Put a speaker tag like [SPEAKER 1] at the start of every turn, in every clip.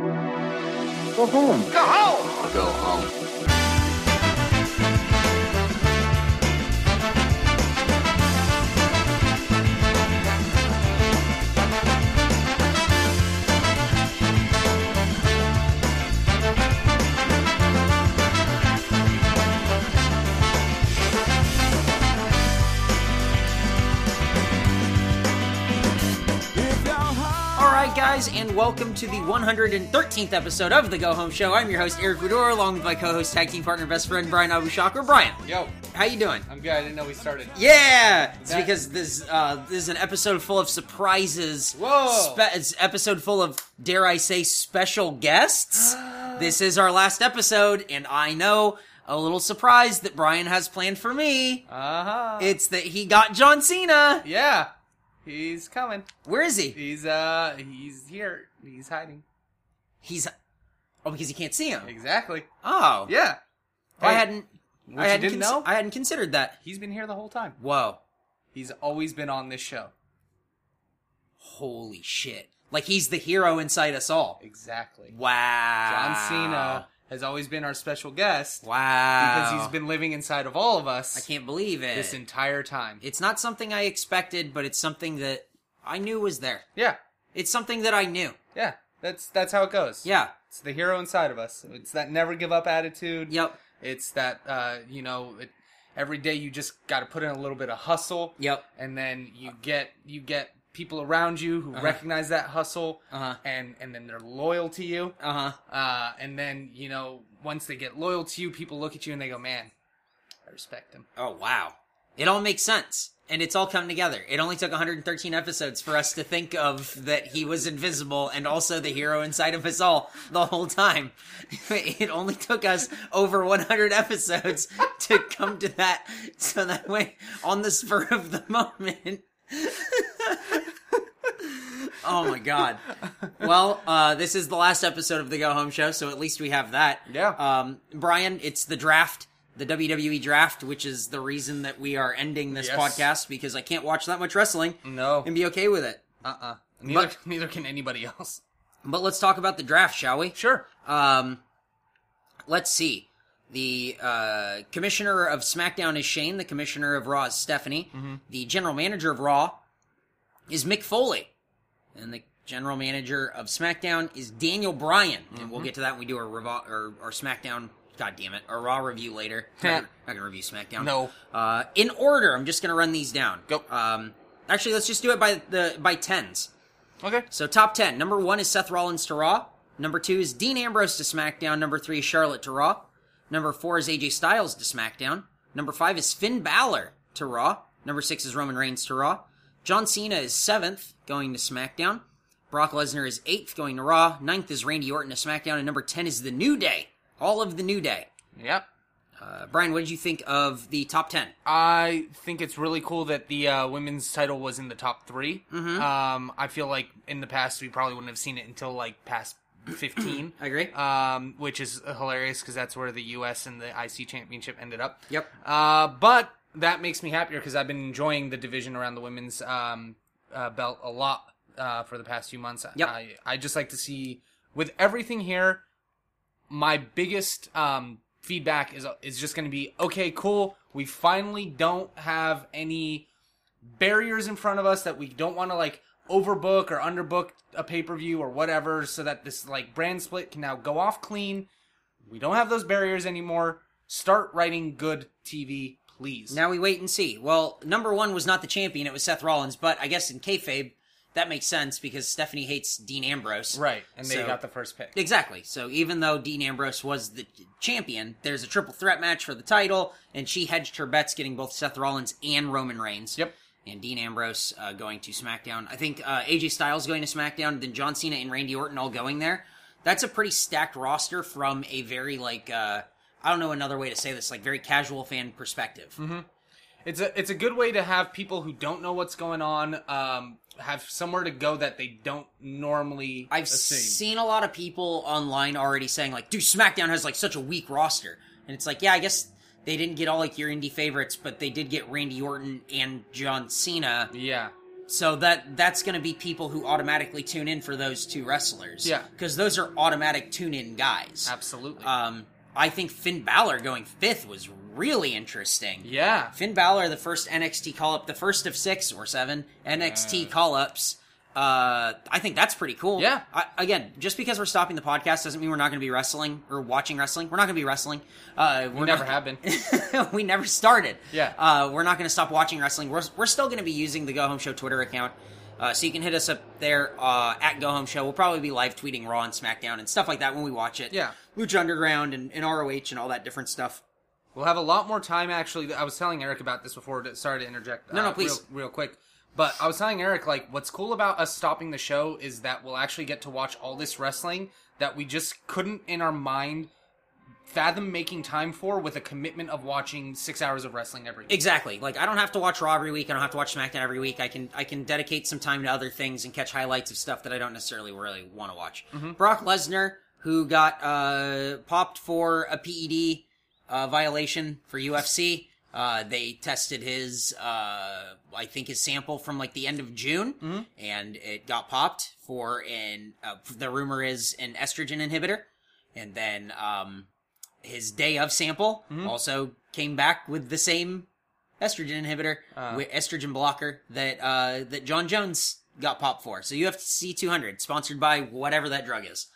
[SPEAKER 1] Go home.
[SPEAKER 2] Go home!
[SPEAKER 1] Go home.
[SPEAKER 3] All right, guys, and welcome to the 113th episode of the Go Home Show. I'm your host Eric Fedor, along with my co-host, tag team partner, best friend Brian Abushaker. Brian,
[SPEAKER 2] Yo,
[SPEAKER 3] how you doing?
[SPEAKER 2] I'm good. I didn't know we started.
[SPEAKER 3] Yeah, it's
[SPEAKER 2] That-
[SPEAKER 3] because this uh, this is an episode full of surprises.
[SPEAKER 2] Whoa.
[SPEAKER 3] Spe- it's episode full of dare I say special guests. this is our last episode, and I know a little surprise that Brian has planned for me.
[SPEAKER 2] Uh huh.
[SPEAKER 3] It's that he got John Cena.
[SPEAKER 2] Yeah, he's coming.
[SPEAKER 3] Where is he?
[SPEAKER 2] He's uh, he's here. He's hiding.
[SPEAKER 3] He's oh because you can't see him.
[SPEAKER 2] Exactly.
[SPEAKER 3] Oh
[SPEAKER 2] Yeah.
[SPEAKER 3] I
[SPEAKER 2] Hey,
[SPEAKER 3] hadn't.
[SPEAKER 2] what
[SPEAKER 3] I
[SPEAKER 2] you
[SPEAKER 3] hadn't
[SPEAKER 2] didn't
[SPEAKER 3] cons-
[SPEAKER 2] know?
[SPEAKER 3] I hadn't considered that.
[SPEAKER 2] He's been here the whole time.
[SPEAKER 3] Whoa!
[SPEAKER 2] He's always been on this show.
[SPEAKER 3] Holy shit! Like he's the hero inside us all.
[SPEAKER 2] Exactly.
[SPEAKER 3] Wow.
[SPEAKER 2] John Cena has always been our special guest
[SPEAKER 3] Wow.
[SPEAKER 2] because he's been living inside of all of us
[SPEAKER 3] I can't believe it.
[SPEAKER 2] this entire time.
[SPEAKER 3] it's not something I expected, but it's something that I knew was there.
[SPEAKER 2] Yeah,
[SPEAKER 3] It's something that I knew.
[SPEAKER 2] yeah. That's that's how it goes.
[SPEAKER 3] Yeah.
[SPEAKER 2] It's the hero inside of us. It's that never give up attitude.
[SPEAKER 3] Yep.
[SPEAKER 2] It's that uh, you know, it, every day you just got to put in a little bit of hustle.
[SPEAKER 3] Yep.
[SPEAKER 2] And then you get you get people around you who recognize that hustle
[SPEAKER 3] Uh-huh.
[SPEAKER 2] and and then they're loyal to you.
[SPEAKER 3] Uh huh.
[SPEAKER 2] Uh, and then you know, once they get loyal to you, people look at you and they go, "Man, I respect him."
[SPEAKER 3] Oh wow. It all makes sense. And it's all come together. It only took 113 episodes for us to think of that he was invisible and also the hero inside of us all the whole time. It only took us over 100 episodes to come to that. So that way, on the spur of the moment. oh my god. Well, uh, this is the last episode of the Go Home Show, so at least we have that.
[SPEAKER 2] Yeah.
[SPEAKER 3] Um, Brian, it's the draft, the WWE draft, which is the reason that we are ending this
[SPEAKER 2] Yes.
[SPEAKER 3] podcast because I can't watch that much wrestling
[SPEAKER 2] No.
[SPEAKER 3] and be okay with it.
[SPEAKER 2] Uh-uh. Neither, neither can anybody else.
[SPEAKER 3] But let's talk about the draft, shall we?
[SPEAKER 2] Sure.
[SPEAKER 3] Um, let's see. The uh, commissioner of SmackDown is Shane. The commissioner of Raw is Stephanie.
[SPEAKER 2] Mm-hmm.
[SPEAKER 3] The general manager of Raw is Mick Foley, and the general manager of SmackDown is Daniel Bryan. And
[SPEAKER 2] Mm-hmm.
[SPEAKER 3] we'll get to that when we do our Revo- or our SmackDown. God damn it, our Raw review later. not, gonna, not gonna review SmackDown.
[SPEAKER 2] No.
[SPEAKER 3] Uh, in order, I'm just gonna run these down.
[SPEAKER 2] Go.
[SPEAKER 3] Um, actually, let's just do it by the by tens.
[SPEAKER 2] Okay.
[SPEAKER 3] So top ten. Number one is Seth Rollins to Raw. Number two is Dean Ambrose to SmackDown. Number three is Charlotte to Raw. Number four is AJ Styles to SmackDown. Number five is Finn Balor to Raw. Number six is Roman Reigns to Raw. John Cena is seventh, going to SmackDown. Brock Lesnar is eighth, going to Raw. Ninth is Randy Orton to SmackDown, and number ten is The New Day. All of The New Day.
[SPEAKER 2] Yep.
[SPEAKER 3] Uh, Brian, what did you think of the top ten?
[SPEAKER 2] I think it's really cool that the uh, women's title was in the top 3
[SPEAKER 3] Mm-hmm.
[SPEAKER 2] Um, I feel like in the past we probably wouldn't have seen it until like past fifteen.
[SPEAKER 3] I agree.
[SPEAKER 2] Um, which is hilarious because that's where the U.S. and the IC championship ended up.
[SPEAKER 3] Yep.
[SPEAKER 2] Uh, but that makes me happier because I've been enjoying the division around the women's um, uh, belt a lot uh, for the past few months.
[SPEAKER 3] Yep.
[SPEAKER 2] I, I just like to see with everything here. My biggest um, feedback is is just going to be okay, cool. We finally don't have any barriers in front of us that we don't want to like overbook or underbook a pay per view or whatever, so that this like brand split can now go off clean. We don't have those barriers anymore. Start writing good TV, please.
[SPEAKER 3] Now we wait and see. Well, number one was not the champion; it was Seth Rollins. But I guess in kayfabe, that makes sense because Stephanie hates Dean Ambrose.
[SPEAKER 2] right, and they
[SPEAKER 3] So-
[SPEAKER 2] got the first pick.
[SPEAKER 3] Exactly. So even though Dean Ambrose was the champion, there's a triple threat match for the title, and she hedged her bets, getting both Seth Rollins and Roman Reigns.
[SPEAKER 2] Yep.
[SPEAKER 3] And Dean Ambrose uh, going to SmackDown. I think uh, AJ Styles going to SmackDown, then John Cena and Randy Orton all going there. That's a pretty stacked roster from a very like uh, I don't know another way to say this, like very casual fan perspective.
[SPEAKER 2] Hmm. It's a it's a good way to have people who don't know what's going on um, have somewhere to go that they don't normally.
[SPEAKER 3] I've
[SPEAKER 2] assume.
[SPEAKER 3] seen a lot of people online already saying like, "Dude, SmackDown has like such a weak roster," and it's like, yeah, I guess they didn't get all like your indie favorites, but they did get Randy Orton and John Cena.
[SPEAKER 2] Yeah.
[SPEAKER 3] So that that's going to be people who automatically tune in for those two wrestlers.
[SPEAKER 2] Yeah.
[SPEAKER 3] because those are automatic tune-in guys.
[SPEAKER 2] Absolutely.
[SPEAKER 3] Um, I think Finn Balor going fifth was really interesting.
[SPEAKER 2] yeah.
[SPEAKER 3] Finn Balor, the first NXT call up, the first of six or seven NXT call ups. Uh, I think that's pretty cool.
[SPEAKER 2] Yeah.
[SPEAKER 3] I, again, just because we're stopping the podcast doesn't mean we're not going to be wrestling or watching wrestling. We're not going to be wrestling. Uh, we're
[SPEAKER 2] We never
[SPEAKER 3] not-
[SPEAKER 2] have been.
[SPEAKER 3] we never started.
[SPEAKER 2] Yeah.
[SPEAKER 3] Uh, we're not going to stop watching wrestling. We're, we're still going to be using the Go Home Show Twitter account. Uh, so you can hit us up there uh, at Go Home Show. We'll probably be live tweeting Raw and SmackDown and stuff like that when we watch it.
[SPEAKER 2] Yeah.
[SPEAKER 3] Lucha Underground and, and ROH and all that different stuff.
[SPEAKER 2] We'll have a lot more time, actually. I was telling Eric about this before. to- Sorry to interject. uh,
[SPEAKER 3] No, no, please.
[SPEAKER 2] Real, real quick. But I was telling Eric, like, what's cool about us stopping the show is that we'll actually get to watch all this wrestling that we just couldn't in our mind fathom making time for with a commitment of watching six hours of wrestling every week.
[SPEAKER 3] Exactly. Like I don't have to watch Raw every week. I don't have to watch SmackDown every week. I can I can dedicate some time to other things and catch highlights of stuff that I don't necessarily really want to watch. Brock Lesnar, who got uh, popped for a PED uh, violation for UFC, uh, they tested his uh, I think his sample from like the end of June,
[SPEAKER 2] Mm-hmm.
[SPEAKER 3] and it got popped for an uh, the rumor is an estrogen inhibitor, and then. Um, his day of sample also came back with the same estrogen inhibitor, wi- estrogen blocker that uh, that John Jones got popped for. So you have to see 200, sponsored by whatever that drug is.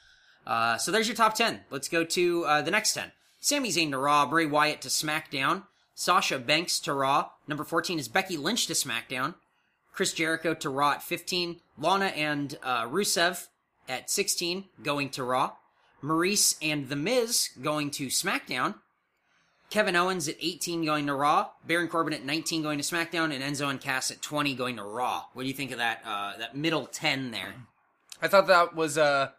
[SPEAKER 3] Uh, so there's your top 10. Let's go to uh, the next 10. Sami Zayn to Raw, Bray Wyatt to SmackDown, Sasha Banks to Raw. Number 14 is Becky Lynch to SmackDown, Chris Jericho to Raw at 15, Lana and uh, Rusev at 16 going to Raw, Maurice and The Miz going to SmackDown, Kevin Owens at 18 going to Raw, Baron Corbin at 19 going to SmackDown, and Enzo and Cass at 20 going to Raw. What do you think of that uh, that middle 10 there?
[SPEAKER 2] I thought that was a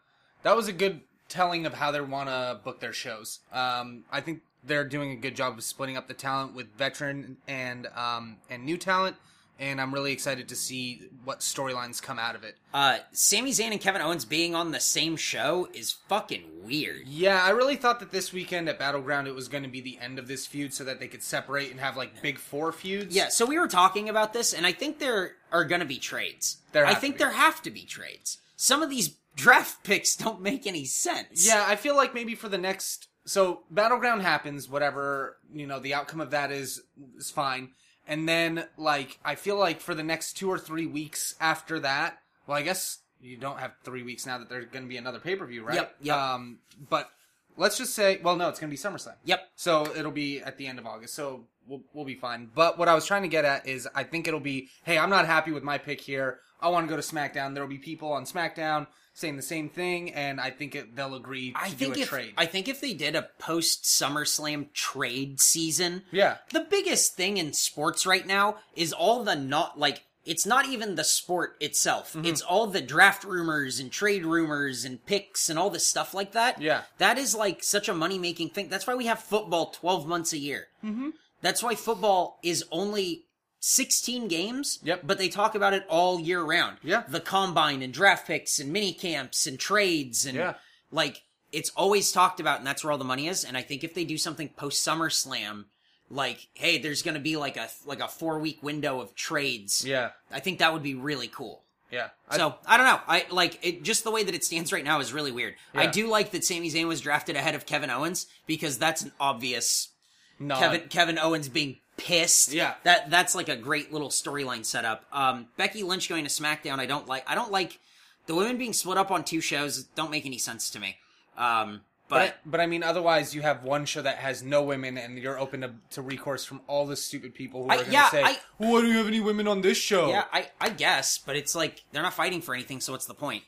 [SPEAKER 2] that was a good telling of how they want to book their shows. Um, I think they're doing a good job of splitting up the talent with veteran and um, and new talent, and I'm really excited to see what storylines come out of it.
[SPEAKER 3] Uh, Sami Zayn and Kevin Owens being on the same show is fucking weird.
[SPEAKER 2] Yeah, I really thought that this weekend at Battleground it was going to be the end of this feud so that they could separate and have like big four feuds.
[SPEAKER 3] Yeah, so we were talking about this, and I think there are going to be trades.
[SPEAKER 2] There
[SPEAKER 3] I
[SPEAKER 2] have to
[SPEAKER 3] think
[SPEAKER 2] be.
[SPEAKER 3] there have to be trades. Some of these draft picks don't make any sense.
[SPEAKER 2] Yeah, I feel like maybe for the next so battleground happens, whatever you know, the outcome of that is is fine. And then like I feel like for the next two or three weeks after that, well, I guess you don't have three weeks now that there's going to be another pay per view, right?
[SPEAKER 3] Yep, yep.
[SPEAKER 2] Um, but let's just say, well, no, it's going to be SummerSlam.
[SPEAKER 3] Yep.
[SPEAKER 2] So it'll be at the end of August. So we'll, we'll be fine. But what I was trying to get at is I think it'll be, hey, I'm not happy with my pick here. I want to go to SmackDown. There'll be people on SmackDown saying the same thing, and I think it, they'll agree to
[SPEAKER 3] I think
[SPEAKER 2] do a
[SPEAKER 3] if
[SPEAKER 2] trade.
[SPEAKER 3] I think if they did a post SummerSlam trade season,
[SPEAKER 2] Yeah.
[SPEAKER 3] The biggest thing in sports right now is all the not like it's not even the sport itself.
[SPEAKER 2] Mm-hmm.
[SPEAKER 3] It's all the draft rumors and trade rumors and picks and all this stuff like that.
[SPEAKER 2] Yeah.
[SPEAKER 3] That is like such a money making thing. That's why we have football 12 months a year. Mm-hmm. That's why football is only 16 games.
[SPEAKER 2] Yep.
[SPEAKER 3] But they talk about it all year round.
[SPEAKER 2] Yeah.
[SPEAKER 3] The combine and draft picks and mini camps and trades and
[SPEAKER 2] Yeah.
[SPEAKER 3] like it's always talked about and that's where all the money is. And I think if they do something post SummerSlam, like, hey, there's gonna be like a like a four week window of trades.
[SPEAKER 2] yeah.
[SPEAKER 3] I think that would be really cool.
[SPEAKER 2] Yeah. I-
[SPEAKER 3] So I don't know. I like it. Just the way that it stands right now is really weird. I
[SPEAKER 2] Yeah.
[SPEAKER 3] do like that Sami Zayn was drafted ahead of Kevin Owens because that's an obvious
[SPEAKER 2] no,
[SPEAKER 3] Kevin Kevin Owens being pissed.
[SPEAKER 2] Uh, Yeah.
[SPEAKER 3] that that's like a great little storyline setup. Um, Becky Lynch going to SmackDown. I don't like. I don't like the women being split up on two shows. Don't make any sense to me. Um, but
[SPEAKER 2] But, but I mean, otherwise, you have one show that has no women, and you're open to, to recourse from all the stupid people who are going to
[SPEAKER 3] yeah,
[SPEAKER 2] say,
[SPEAKER 3] I-
[SPEAKER 2] well, "Why do you have any women on this show?"
[SPEAKER 3] yeah, I I guess. But it's like they're not fighting for anything. So what's the point?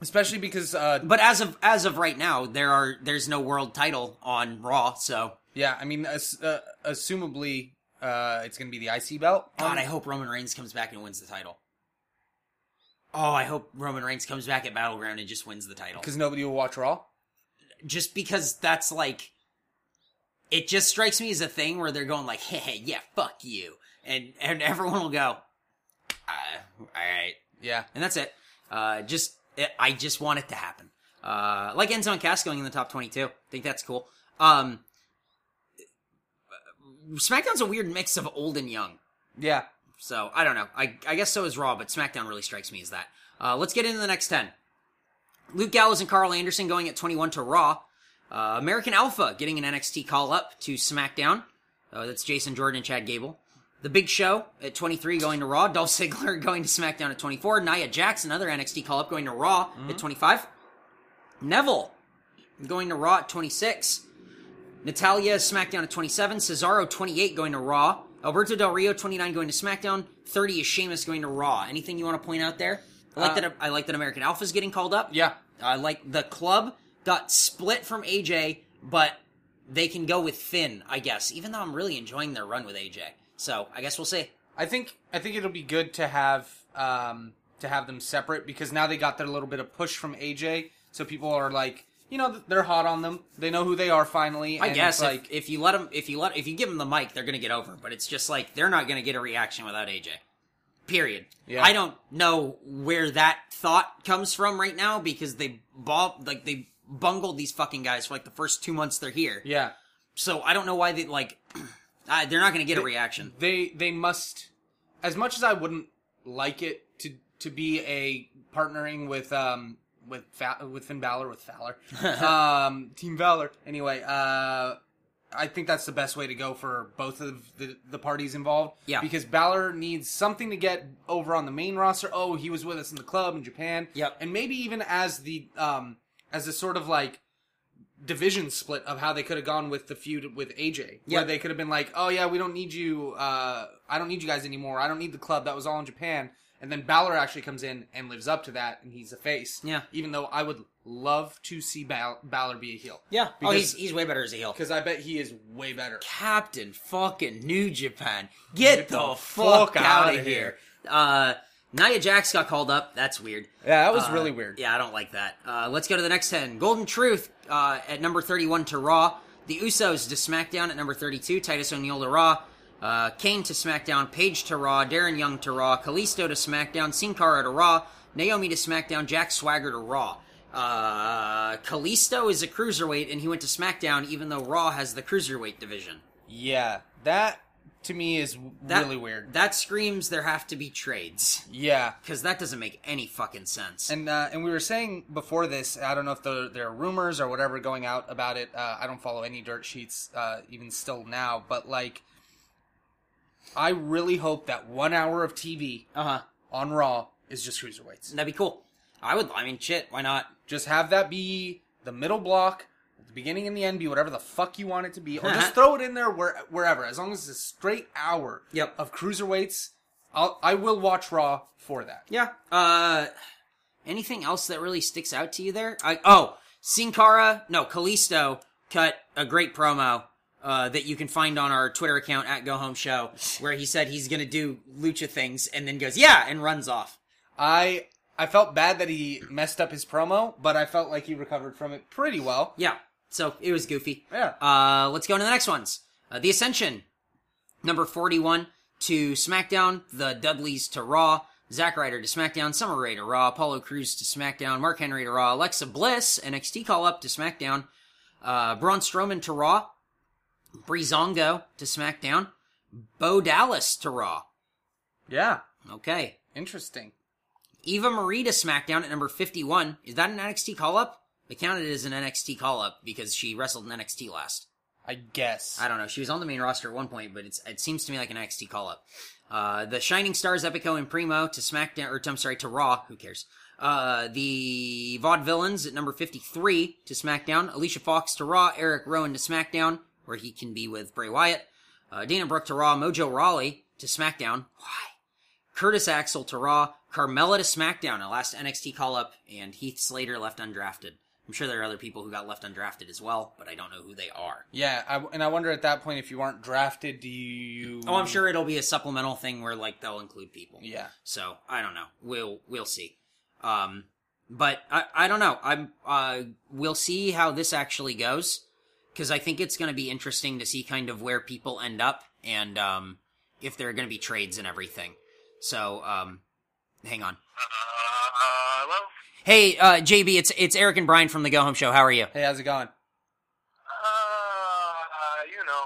[SPEAKER 2] especially because uh,
[SPEAKER 3] But as of as of right now, there are there's no world title on Raw. So
[SPEAKER 2] Yeah, I mean, as, uh, assumably, uh, it's going to be the IC belt.
[SPEAKER 3] God,
[SPEAKER 2] Um,
[SPEAKER 3] I hope Roman Reigns comes back and wins the title. Oh, I hope Roman Reigns comes back at Battleground and just wins the title.
[SPEAKER 2] because nobody will watch Raw.
[SPEAKER 3] Just because that's like, it just strikes me as a thing where they're going like, "Hey, hey, yeah, fuck you," and and everyone will go, uh, "All right,"
[SPEAKER 2] Yeah,
[SPEAKER 3] and that's it. Uh, just it, I just want it to happen. Uh, like Enzo and Cass going in the top twenty-two. I think that's cool. Um, SmackDown's a weird mix of old and young.
[SPEAKER 2] yeah.
[SPEAKER 3] So I don't know. I I guess so is Raw, but SmackDown really strikes me as that. Uh, let's get into the next ten. Luke Gallows and Carl Anderson going at 21 to Raw. Uh, American Alpha getting an NXT call up to SmackDown. Uh, that's Jason Jordan and Chad Gable. The Big Show at 23 going to Raw. Dolph Ziggler going to SmackDown at 24. Nia Jax, another NXT call up, going to Raw at 25. Neville going to Raw at 26. Natalia SmackDown at 27. Cesaro 28 going to Raw. Alberto Del Rio 29 going to SmackDown. 30 is Sheamus going to Raw. Anything you want to point out there? I like
[SPEAKER 2] Uh,
[SPEAKER 3] that. I like that American Alpha's getting called up.
[SPEAKER 2] Yeah.
[SPEAKER 3] I like the club got split from AJ, but they can go with Finn, I guess. Even though I'm really enjoying their run with AJ, so I guess we'll see.
[SPEAKER 2] I think I think it'll be good to have um, to have them separate because now they got their little bit of push from AJ, so people are like, you know, they're hot on them. They know who they are finally.
[SPEAKER 3] I
[SPEAKER 2] and
[SPEAKER 3] guess
[SPEAKER 2] it's
[SPEAKER 3] if-
[SPEAKER 2] like
[SPEAKER 3] if, you let them, if you let, if you give them the mic, they're gonna get over. But it's just like they're not gonna get a reaction without AJ. Period.
[SPEAKER 2] Yeah.
[SPEAKER 3] I don't know where that thought comes from right now because they bob like they bungled these fucking guys for like the first two months they're here.
[SPEAKER 2] yeah,
[SPEAKER 3] So I don't know why they like. I, they're not gonna get a reaction.
[SPEAKER 2] they they must. As much as I wouldn't like it to to be a partnering with um with Fa- with Finn Balor with Valor, um Team Valor anyway. Uh, I think that's the best way to go for both of the, the parties involved.
[SPEAKER 3] Yeah.
[SPEAKER 2] Because Balor needs something to get over on the main roster. Oh, he was with us in the club in Japan.
[SPEAKER 3] Yep.
[SPEAKER 2] And maybe even as the um as a sort of like division split of how they could have gone with the feud with AJ.
[SPEAKER 3] Yep.
[SPEAKER 2] Where they could have been like, Oh yeah, we don't need you uh I don't need you guys anymore. I don't need the club. That was all in Japan. And then Balor actually comes in and lives up to that and he's a face.
[SPEAKER 3] Yeah.
[SPEAKER 2] Even though I would love to see Bal- Balor be a heel.
[SPEAKER 3] Yeah. oh,
[SPEAKER 2] Because-
[SPEAKER 3] he's he's way better as a heel.
[SPEAKER 2] Because I bet he is way better.
[SPEAKER 3] Captain fucking New Japan. Get, the,
[SPEAKER 2] the
[SPEAKER 3] fuck,
[SPEAKER 2] fuck
[SPEAKER 3] out
[SPEAKER 2] outta
[SPEAKER 3] of here.
[SPEAKER 2] here.
[SPEAKER 3] Uh, Nia Jax got called up. That's weird.
[SPEAKER 2] Yeah, that was
[SPEAKER 3] Uh,
[SPEAKER 2] really weird.
[SPEAKER 3] Yeah, I don't like that. Uh, let's go to the next 10. Golden Truth uh, at number 31 to Raw. The Usos to SmackDown at number 32. Titus O'Neil to Raw. Uh, Kane to SmackDown. Paige to Raw. Darren Young to Raw. Kalisto to SmackDown. Sin Cara to Raw. Naomi to SmackDown. Jack Swagger to Raw. Uh, Kalisto is a cruiserweight, and he went to SmackDown, even though Raw has the cruiserweight division.
[SPEAKER 2] Yeah, that to me is w-
[SPEAKER 3] That-
[SPEAKER 2] really weird.
[SPEAKER 3] That screams there have to be trades
[SPEAKER 2] yeah,
[SPEAKER 3] because that doesn't make any fucking sense.
[SPEAKER 2] and uh, and we were saying before this, I don't know if there, there are rumors or whatever going out about it. Uh, I don't follow any dirt sheets uh, even still now, but like, I really hope that one hour of TV
[SPEAKER 3] uh huh.
[SPEAKER 2] on Raw is just cruiserweights.
[SPEAKER 3] That'd be cool. I would. I mean, shit. Why not?
[SPEAKER 2] Just have that be the middle block. The beginning and the end be whatever the fuck you want it to be, or just throw it in there where, wherever. As long as it's a straight hour
[SPEAKER 3] Yep.
[SPEAKER 2] of cruiserweights, I'll, I will watch Raw for that.
[SPEAKER 3] Yeah. Uh, anything else that really sticks out to you there? I oh, Sin Cara, no, Kalisto cut a great promo. Uh, that you can find on our Twitter account at Go Home Show, where he said he's gonna do lucha things, and then goes yeah, and runs off.
[SPEAKER 2] I I felt bad that he messed up his promo, but I felt like he recovered from it pretty well.
[SPEAKER 3] Yeah, so it was goofy.
[SPEAKER 2] Yeah.
[SPEAKER 3] Uh, let's go into the next ones. Uh, the Ascension, number 41 to SmackDown, the Dudleys to Raw, Zack Ryder to SmackDown, Summer Rae to Raw, Apollo Crews to SmackDown, Mark Henry to Raw, Alexa Bliss, NXT call up to SmackDown, uh, Braun Strowman to Raw, Breezango to SmackDown, Bo Dallas to Raw.
[SPEAKER 2] Yeah.
[SPEAKER 3] Okay.
[SPEAKER 2] Interesting.
[SPEAKER 3] Eva Marie to SmackDown at number 51. Is that an NXT call up? They counted it as an NXT call up because she wrestled in NXT last.
[SPEAKER 2] I guess.
[SPEAKER 3] I don't know. She was on the main roster at one point, but it's, it seems to me like an NXT call up. Uh, the Shining Stars, Epico and Primo to SmackDown, or to, I'm sorry, to Raw. Who cares? Uh, the Vaudevillains at number 53 to SmackDown. Alicia Fox to Raw. Eric Rowan to SmackDown, where he can be with Bray Wyatt. Uh, Dana Brooke to Raw. Mojo Rawley to SmackDown. Why? Curtis Axel to Raw. Carmella to SmackDown, a last NXT call up, and Heath Slater left undrafted. I'm sure there are other people who got left undrafted as well, but I don't know who they are.
[SPEAKER 2] yeah, I, and I wonder at that point if you aren't drafted, do you?
[SPEAKER 3] Oh, I'm sure it'll be a supplemental thing where like they'll include people.
[SPEAKER 2] Yeah.
[SPEAKER 3] So I don't know. We'll we'll see. Um, but I I don't know. I'm uh we'll see how this actually goes because I think it's going to be interesting to see kind of where people end up and um if there are going to be trades and everything. So um, hang on.
[SPEAKER 1] hello?
[SPEAKER 3] Hey, uh, JB, it's it's Eric and Brian from the Go Home Show. How are you?
[SPEAKER 2] Hey, how's it going?
[SPEAKER 1] Uh, you know,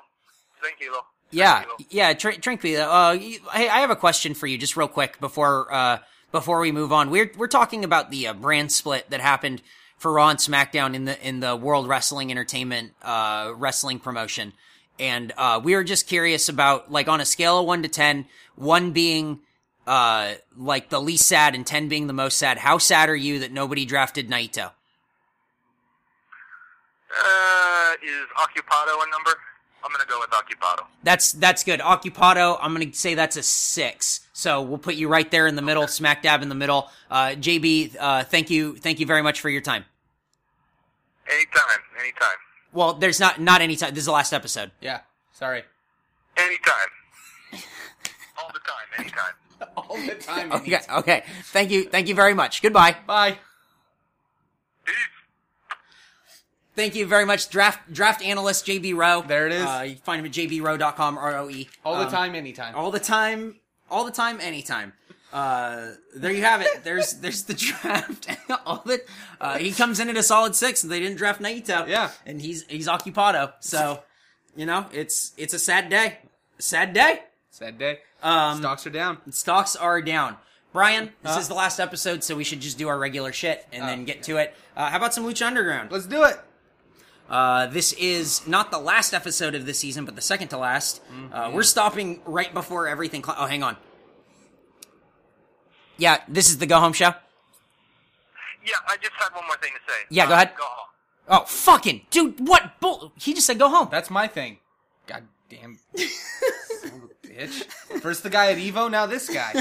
[SPEAKER 1] tranquilo.
[SPEAKER 3] Yeah,
[SPEAKER 1] Tranquilo.
[SPEAKER 3] yeah. Tr- Tranquilo, uh, y- hey, I have a question for you, just real quick before uh, before we move on. We're we're talking about the uh, brand split that happened for Raw and SmackDown in the in the World Wrestling Entertainment uh, wrestling promotion, and uh, we were just curious about like on a scale of one to ten, one being uh, like the least sad and ten being the most sad. How sad are you that nobody drafted Naito?
[SPEAKER 1] Uh, is Occupado a number? I'm gonna go with Occupado.
[SPEAKER 3] That's that's good. Occupado, I'm gonna say that's a six. So we'll put you right there in the middle, smack dab in the middle. Uh, JB, uh, thank you, thank you very much for your time.
[SPEAKER 1] Anytime, anytime,
[SPEAKER 3] Well, there's not not any time. This is the last episode.
[SPEAKER 2] Yeah. Sorry.
[SPEAKER 1] anytime. All the time, anytime.
[SPEAKER 2] All the time. Andy.
[SPEAKER 3] Okay, okay. Thank you, thank you very much. Goodbye.
[SPEAKER 2] Bye.
[SPEAKER 1] Peace.
[SPEAKER 3] Thank you very much, draft draft analyst JB Rowe.
[SPEAKER 2] There it is.
[SPEAKER 3] Uh, you can find him at jbrowe.com, R O E.
[SPEAKER 2] All the
[SPEAKER 3] Um,
[SPEAKER 2] time, anytime.
[SPEAKER 3] all the time, all the time, anytime. Uh, there you have it. There's there's the draft. all the uh, he comes in at a solid six, and they didn't draft Naito.
[SPEAKER 2] Yeah.
[SPEAKER 3] and he's he's occupado. So, you know, it's it's a sad day. Sad day.
[SPEAKER 2] Sad day.
[SPEAKER 3] Um,
[SPEAKER 2] Stocks are down.
[SPEAKER 3] Stocks are down. Brian, this
[SPEAKER 2] Huh?
[SPEAKER 3] is the last episode, so we should just do our regular shit and
[SPEAKER 2] Oh,
[SPEAKER 3] then get to it. Uh, how about some Lucha Underground?
[SPEAKER 2] Let's do it.
[SPEAKER 3] Uh, this is not the last episode of the season, but the second to last. Uh, we're stopping right before everything. Cl- oh, hang on. Yeah, this is the go home show.
[SPEAKER 1] Yeah, I just had one more thing to say. Uh,
[SPEAKER 3] Yeah, go ahead.
[SPEAKER 1] Go home.
[SPEAKER 3] Oh, fucking dude! What bull? He just said go home.
[SPEAKER 2] That's my thing. God damn. Son of a bitch. First the guy at Evo, now this guy.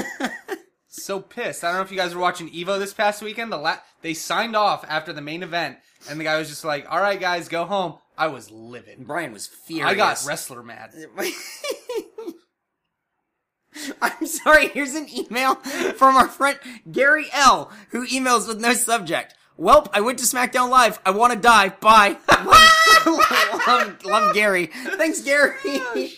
[SPEAKER 2] So pissed. I don't know if you guys were watching Evo this past weekend. The la- they signed off after the main event, and the guy was just like, "All right, guys, go home." I was livid.
[SPEAKER 3] Brian was furious.
[SPEAKER 2] I got wrestler mad.
[SPEAKER 3] I'm sorry, here's an email from our friend Gary L, who emails with no subject. Welp, I went to SmackDown Live. I want to die. Bye. love, love- love Gary. Thanks, Gary.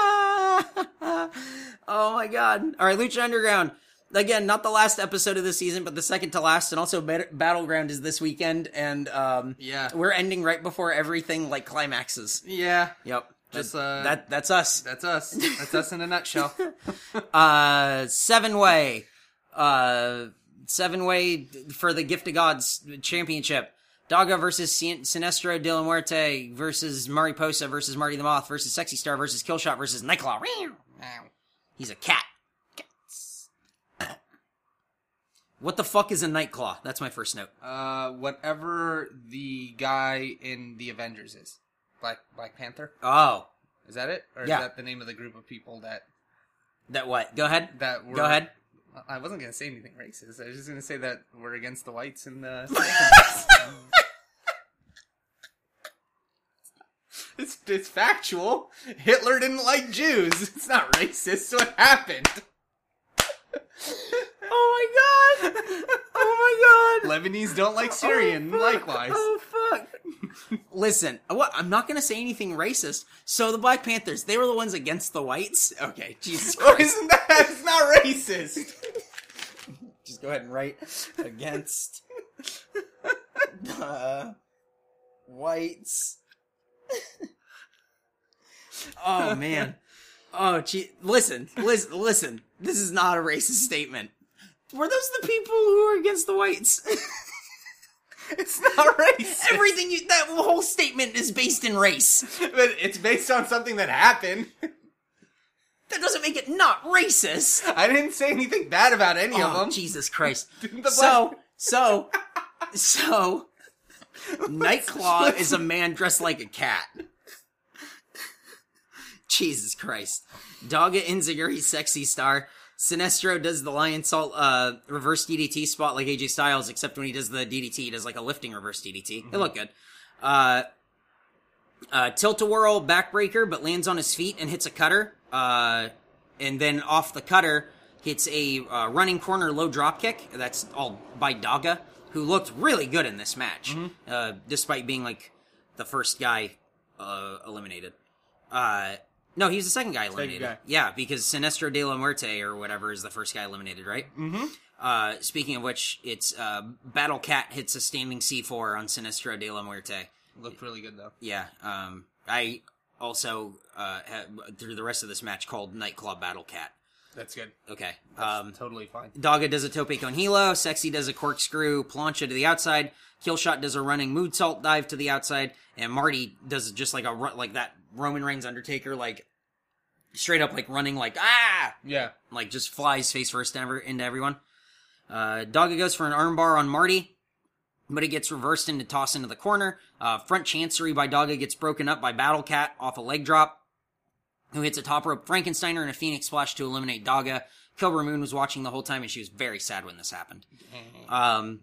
[SPEAKER 3] Oh, shit. oh, my God. All right, Lucha Underground. Again, not the last episode of the season, but the second to last. And also, Bat- Battleground is this weekend. And um,
[SPEAKER 2] Yeah.
[SPEAKER 3] we're ending right before everything like climaxes.
[SPEAKER 2] Yeah,
[SPEAKER 3] Yep.
[SPEAKER 2] Just,
[SPEAKER 3] that,
[SPEAKER 2] uh,
[SPEAKER 3] that that's us.
[SPEAKER 2] that's us. That's us in a nutshell.
[SPEAKER 3] Uh seven way. Uh seven way for the Gift of Gods championship. Daga versus Sin- Sinestro de la Muerte versus Mariposa versus Marty the Moth versus Sexy Star versus Killshot versus Nightclaw. Meow. He's a cat. Cats. What the fuck is a Nightclaw? That's my first note.
[SPEAKER 2] Uh, whatever the guy in the Avengers is, Black Black Panther.
[SPEAKER 3] Oh,
[SPEAKER 2] Is that it? Or
[SPEAKER 3] Yeah.
[SPEAKER 2] is that the name of the group of people that
[SPEAKER 3] that what? Go ahead.
[SPEAKER 2] that were
[SPEAKER 3] Go ahead.
[SPEAKER 2] I wasn't gonna say anything racist. I was just gonna say that we're against the whites and the. it's it's factual. Hitler didn't like Jews. It's not racist. What happened?
[SPEAKER 3] Oh my god! Oh my god!
[SPEAKER 2] Lebanese don't like Syrian.
[SPEAKER 3] Oh, fuck.
[SPEAKER 2] likewise.
[SPEAKER 3] Oh fuck! Listen, what? I'm not gonna say anything racist. So the Black Panthers, they were the ones against the whites. Okay, Jesus
[SPEAKER 2] Oh,
[SPEAKER 3] Christ.
[SPEAKER 2] isn't that? It's not racist.
[SPEAKER 3] Just go ahead and write against the whites. oh man. Oh gee. Listen, listen, listen. This is not a racist statement. Were those the people who were against the whites?
[SPEAKER 2] It's not racist.
[SPEAKER 3] Everything you, that whole statement is based in race.
[SPEAKER 2] but it's based on something that happened.
[SPEAKER 3] That doesn't make it not racist.
[SPEAKER 2] I didn't say anything bad about any of
[SPEAKER 3] Oh,
[SPEAKER 2] them.
[SPEAKER 3] Jesus Christ.
[SPEAKER 2] black-
[SPEAKER 3] so, so, so, Nightclaw is a man dressed like a cat. Jesus Christ. Daga Inziger, he's sexy star. Sinestro does the lion salt uh, reverse DDT spot like AJ Styles, except when he does the DDT, he does like a lifting reverse DDT.
[SPEAKER 2] Mm-hmm.
[SPEAKER 3] It looked good. Uh, uh, tilt a whirl backbreaker, but lands on his feet and hits a cutter. Uh, and then off the cutter hits a uh, running corner low drop kick. That's all by Daga, who looked really good in this match, uh, despite being like the first guy uh, eliminated. Uh, no, he was the second guy eliminated.
[SPEAKER 2] guy.
[SPEAKER 3] Yeah, because Sinestro de la Muerte or whatever is the first guy eliminated, right? Mm-hmm. Uh, speaking of which, it's uh, Battle Cat hits a standing C4 on Sinestro de la Muerte.
[SPEAKER 2] Looked really good though.
[SPEAKER 3] Yeah. Um. I also uh, ha- through the rest of this match called Nightclub Battle Cat.
[SPEAKER 2] That's good.
[SPEAKER 3] Okay. Um,
[SPEAKER 2] Totally fine.
[SPEAKER 3] Daga does a tope con hilo, Sexy does a corkscrew plancha to the outside, Killshot does a running moonsault dive to the outside, and Marty does just like a run, like that Roman Reigns Undertaker like straight up like running like ah
[SPEAKER 2] Yeah.
[SPEAKER 3] like just flies face first ever into everyone. Uh, Daga goes for an armbar on Marty, but it gets reversed into toss into the corner. Uh, front chancery by Daga gets broken up by Battle Cat off a leg drop, who hits a top rope Frankensteiner and a Phoenix splash to eliminate Daga. Cobra Moon was watching the whole time and she was very sad when this happened. Um,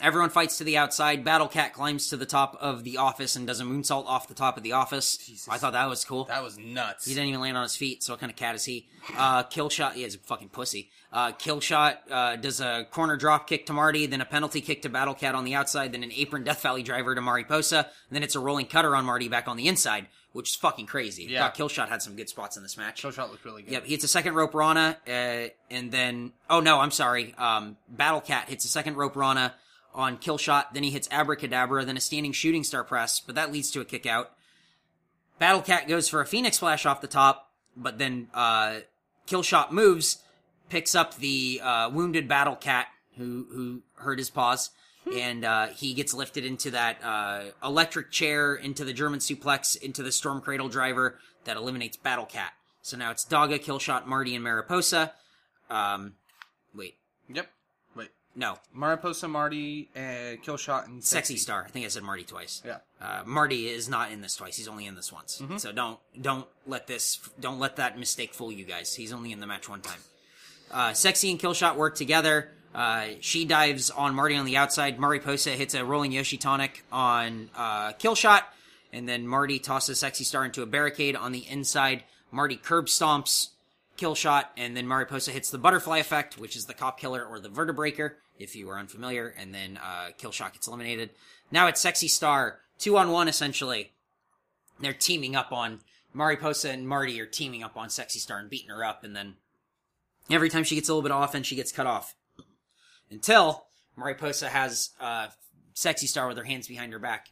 [SPEAKER 3] everyone fights to the outside. Battle Cat climbs to the top of the office and does a moonsault off the top of the office.
[SPEAKER 2] Jesus.
[SPEAKER 3] I thought that was cool.
[SPEAKER 2] That was nuts.
[SPEAKER 3] He didn't even land on his feet, so what kind of cat is he? Uh, kill shot. Yeah, he's a fucking pussy. Uh, kill shot uh, does a corner drop kick to Marty, then a penalty kick to Battle Cat on the outside, then an apron Death Valley driver to Mariposa, and then it's a rolling cutter on Marty back on the inside, which is fucking crazy.
[SPEAKER 2] Yeah.
[SPEAKER 3] Thought Kill Shot had some good spots in this match.
[SPEAKER 2] Kill shot looked really good.
[SPEAKER 3] Yep, he hits a second rope Rana, uh, and then oh no, I'm sorry. Um, Battle Cat hits a second rope Rana on kill shot. Then he hits Abracadabra, then a standing shooting star press, but that leads to a kick out. Battle Cat goes for a Phoenix Flash off the top, but then uh, kill shot moves, picks up the uh, wounded Battle Cat who who hurt his paws. And uh, he gets lifted into that uh, electric chair, into the German suplex, into the storm cradle driver that eliminates Battle Cat. So now it's Daga, Killshot, Marty, and Mariposa. Um, wait,
[SPEAKER 2] Yep. Wait.
[SPEAKER 3] no,
[SPEAKER 2] Mariposa, Marty, uh, kill shot, and
[SPEAKER 3] Sexy Star. I think I said Marty twice.
[SPEAKER 2] Yeah.
[SPEAKER 3] Uh, Marty is not in this twice. He's only in this once. So don't don't let this don't let that mistake fool you guys. He's only in the match one time. Uh, Sexy and Killshot work together. Uh, she dives on Marty on the outside. Mariposa hits a rolling Yoshi tonic on uh, Killshot, and then Marty tosses Sexy Star into a barricade on the inside. Marty curb stomps Killshot, and then Mariposa hits the butterfly effect, which is the cop killer or the vertebraker, if you are unfamiliar, and then uh, Killshot gets eliminated. Now it's Sexy Star, two on one essentially. They're teaming up on Mariposa and Marty are teaming up on Sexy Star and beating her up, and then Every time she gets a little bit off and she gets cut off. Until Mariposa has uh, Sexy Star with her hands behind her back.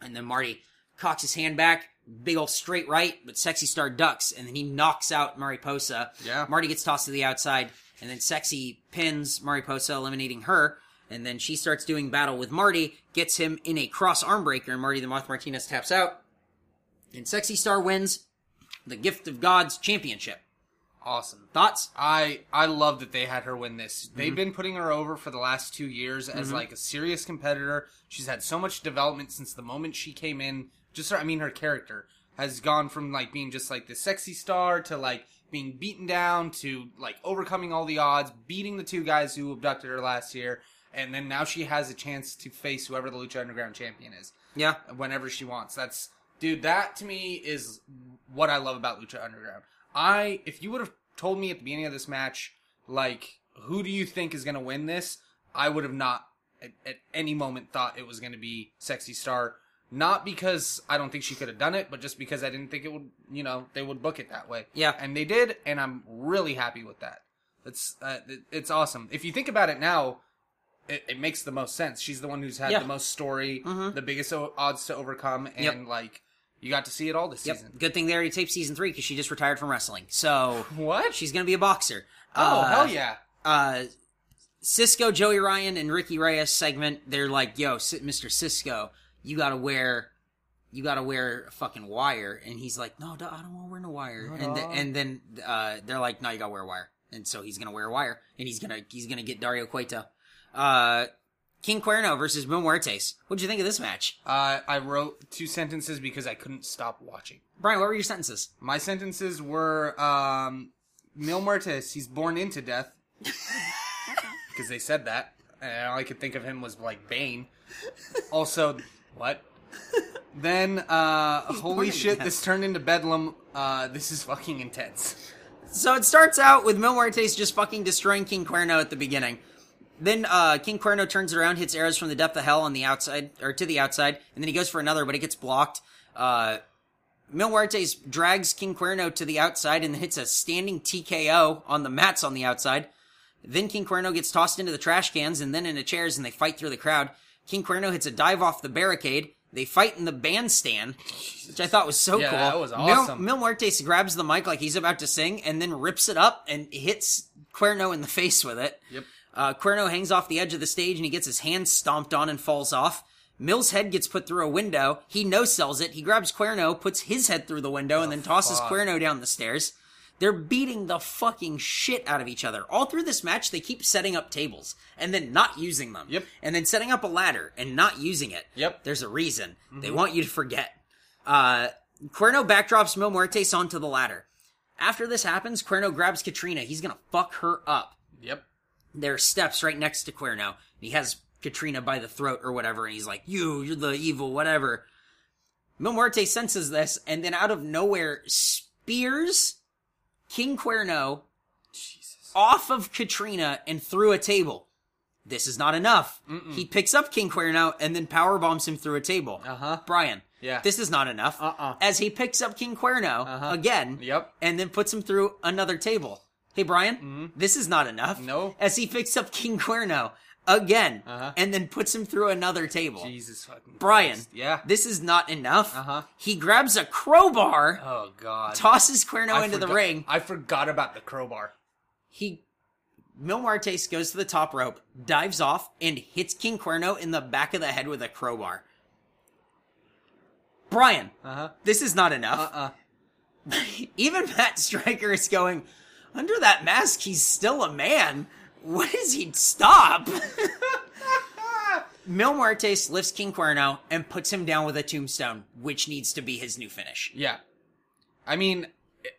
[SPEAKER 3] And then Marty cocks his hand back, big old straight right, but Sexy Star ducks, and then he knocks out Mariposa.
[SPEAKER 2] Yeah.
[SPEAKER 3] Marty gets tossed to the outside, and then Sexy pins Mariposa, eliminating her. And then she starts doing battle with Marty, gets him in a cross arm breaker, and Marty the Moth Martinez taps out. And Sexy Star wins the Gift of Gods Championship.
[SPEAKER 2] Awesome.
[SPEAKER 3] Thoughts?
[SPEAKER 2] I I love that they had her win this. They've been putting her over for the last two years as like a serious competitor. She's had so much development since the moment she came in. Just her, I mean, her character has gone from like being just like the sexy star to like being beaten down to like overcoming all the odds, beating the two guys who abducted her last year, and then now she has a chance to face whoever the Lucha Underground champion is
[SPEAKER 3] Yeah.
[SPEAKER 2] whenever she wants. That's dude, that to me is what I love about Lucha Underground. I if you would have told me at the beginning of this match, like, who do you think is gonna win this, I would have not at, at any moment thought it was gonna be Sexy Star. Not because I don't think she could have done it, but just because I didn't think it would you know, they would book it that way.
[SPEAKER 3] Yeah.
[SPEAKER 2] And they did, and I'm really happy with that. It's uh, it- it's awesome. If you think about it now, it, it makes the most sense. She's the one who's had
[SPEAKER 3] Yeah. Mm-hmm.
[SPEAKER 2] the most story, the biggest o- odds to overcome, and
[SPEAKER 3] Yep.
[SPEAKER 2] like you got to see it all this
[SPEAKER 3] Yep.
[SPEAKER 2] season.
[SPEAKER 3] Good thing they already taped season three because she just retired from wrestling. So
[SPEAKER 2] What?
[SPEAKER 3] she's gonna be a boxer.
[SPEAKER 2] oh hell yeah!
[SPEAKER 3] Uh, Cisco, Joey Ryan, and Ricky Reyes segment. They're like, "Yo, Si- Mr. Cisco, you gotta wear." You gotta wear a fucking wire, and he's like, "No, duh, I don't want to wear no wire." and th-
[SPEAKER 2] dog.
[SPEAKER 3] and then uh, they're like, "No, you gotta wear a wire," and so he's gonna wear a wire, and he's gonna he's gonna get Dario Cueto. Uh, King Cuerno versus Boom Muertes. What'd you think of this match,
[SPEAKER 2] Uh, I wrote two sentences because I couldn't stop watching.
[SPEAKER 3] Brian? What were your sentences?
[SPEAKER 2] My sentences were um, Mil Muertes. He's born into death because they said that, and all I could think of him was like Bane. Also, what? Then, uh, holy
[SPEAKER 3] into
[SPEAKER 2] shit,
[SPEAKER 3] death.
[SPEAKER 2] this turned into Bedlam. Uh, this is fucking intense.
[SPEAKER 3] So it starts out with Mil Muertes just fucking destroying King Cuerno at the beginning. Then uh, King Cuerno turns around, hits arrows from the depth of hell on the outside or to the outside, and then he goes for another, but it gets blocked. Uh, Mil Muertes drags King Cuerno to the outside and then hits a standing TKO on the mats on the outside. Then King Cuerno gets tossed into the trash cans and then into chairs, and they fight through the crowd. King Cuerno hits a dive off the barricade, They fight in the bandstand, which I thought was so
[SPEAKER 2] Yeah,
[SPEAKER 3] cool.
[SPEAKER 2] that was
[SPEAKER 3] Mil-
[SPEAKER 2] awesome.
[SPEAKER 3] Mil Muertes grabs the mic like he's about to sing and then rips it up and hits Cuerno in the face with it.
[SPEAKER 2] Yep.
[SPEAKER 3] Uh, Cuerno hangs off the edge of the stage and he gets his hand stomped on and falls off. Mill's head gets put through a window. He no sells it. He grabs Cuerno, puts his head through the window, and then tosses
[SPEAKER 2] fuck.
[SPEAKER 3] Cuerno down the stairs. They're beating the fucking shit out of each other. All through this match, they keep setting up tables and then not using them.
[SPEAKER 2] Yep.
[SPEAKER 3] And then setting up a ladder and not using it.
[SPEAKER 2] Yep.
[SPEAKER 3] There's a reason. They want you to forget. Uh, Cuerno backdrops Mil Muertes onto the ladder. After this happens, Cuerno grabs Katrina. He's gonna fuck her up
[SPEAKER 2] Yep.
[SPEAKER 3] there are steps right next to Cuerno. He has Katrina by the throat or whatever, and he's like, "You, you're the evil, whatever." Mil Muerte senses this, and then out of nowhere, spears King Cuerno
[SPEAKER 2] Jesus.
[SPEAKER 3] off of Katrina and through a table. This is not enough. He picks up King Cuerno and then power bombs him through a table. Uh
[SPEAKER 2] Uh-huh.
[SPEAKER 3] Brian.
[SPEAKER 2] Yeah.
[SPEAKER 3] This is not enough.
[SPEAKER 2] Uh-uh. Uh-huh.
[SPEAKER 3] As he picks up King Cuerno again.
[SPEAKER 2] Yep.
[SPEAKER 3] And then puts him through another table. Hey Brian. This is not enough.
[SPEAKER 2] Mm-hmm. No.
[SPEAKER 3] As he picks up King Cuerno again
[SPEAKER 2] Uh-huh.
[SPEAKER 3] and then puts him through another table.
[SPEAKER 2] Jesus fucking.
[SPEAKER 3] Brian.
[SPEAKER 2] Christ. Yeah.
[SPEAKER 3] This is not enough.
[SPEAKER 2] Uh-huh.
[SPEAKER 3] He grabs a crowbar,
[SPEAKER 2] oh God.
[SPEAKER 3] tosses Cuerno
[SPEAKER 2] I
[SPEAKER 3] into the
[SPEAKER 2] forgot-
[SPEAKER 3] ring.
[SPEAKER 2] I forgot about the crowbar.
[SPEAKER 3] he Mil Martes goes to the top rope, dives off, and hits King Cuerno in the back of the head with a crowbar. Brian,
[SPEAKER 2] Uh huh.
[SPEAKER 3] this is not enough.
[SPEAKER 2] Uh uh.
[SPEAKER 3] Even Matt Stryker is going, under that mask, he's still a man. What is he? Stop! Ah! Mil Muertes lifts King Cuerno and puts him down with a tombstone, which needs to be his new finish.
[SPEAKER 2] Yeah. I mean, i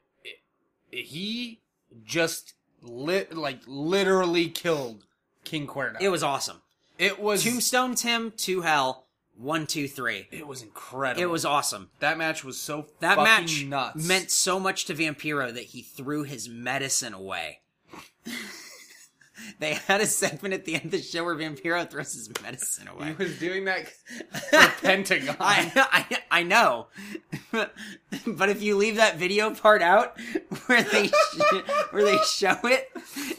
[SPEAKER 2] i he just lit like literally killed King Cuerno.
[SPEAKER 3] It was awesome.
[SPEAKER 2] it was
[SPEAKER 3] Tombstones him to hell. One, two, three.
[SPEAKER 2] it was incredible.
[SPEAKER 3] It was awesome.
[SPEAKER 2] that match was so
[SPEAKER 3] That
[SPEAKER 2] fucking
[SPEAKER 3] match
[SPEAKER 2] nuts.
[SPEAKER 3] meant so much to Vampiro that he threw his medicine away. they had a segment at the end of the show where Vampiro throws his medicine
[SPEAKER 2] he
[SPEAKER 3] away.
[SPEAKER 2] was doing that for Pentagon.
[SPEAKER 3] I, I I know, but if you leave that video part out where they sh- where they show it,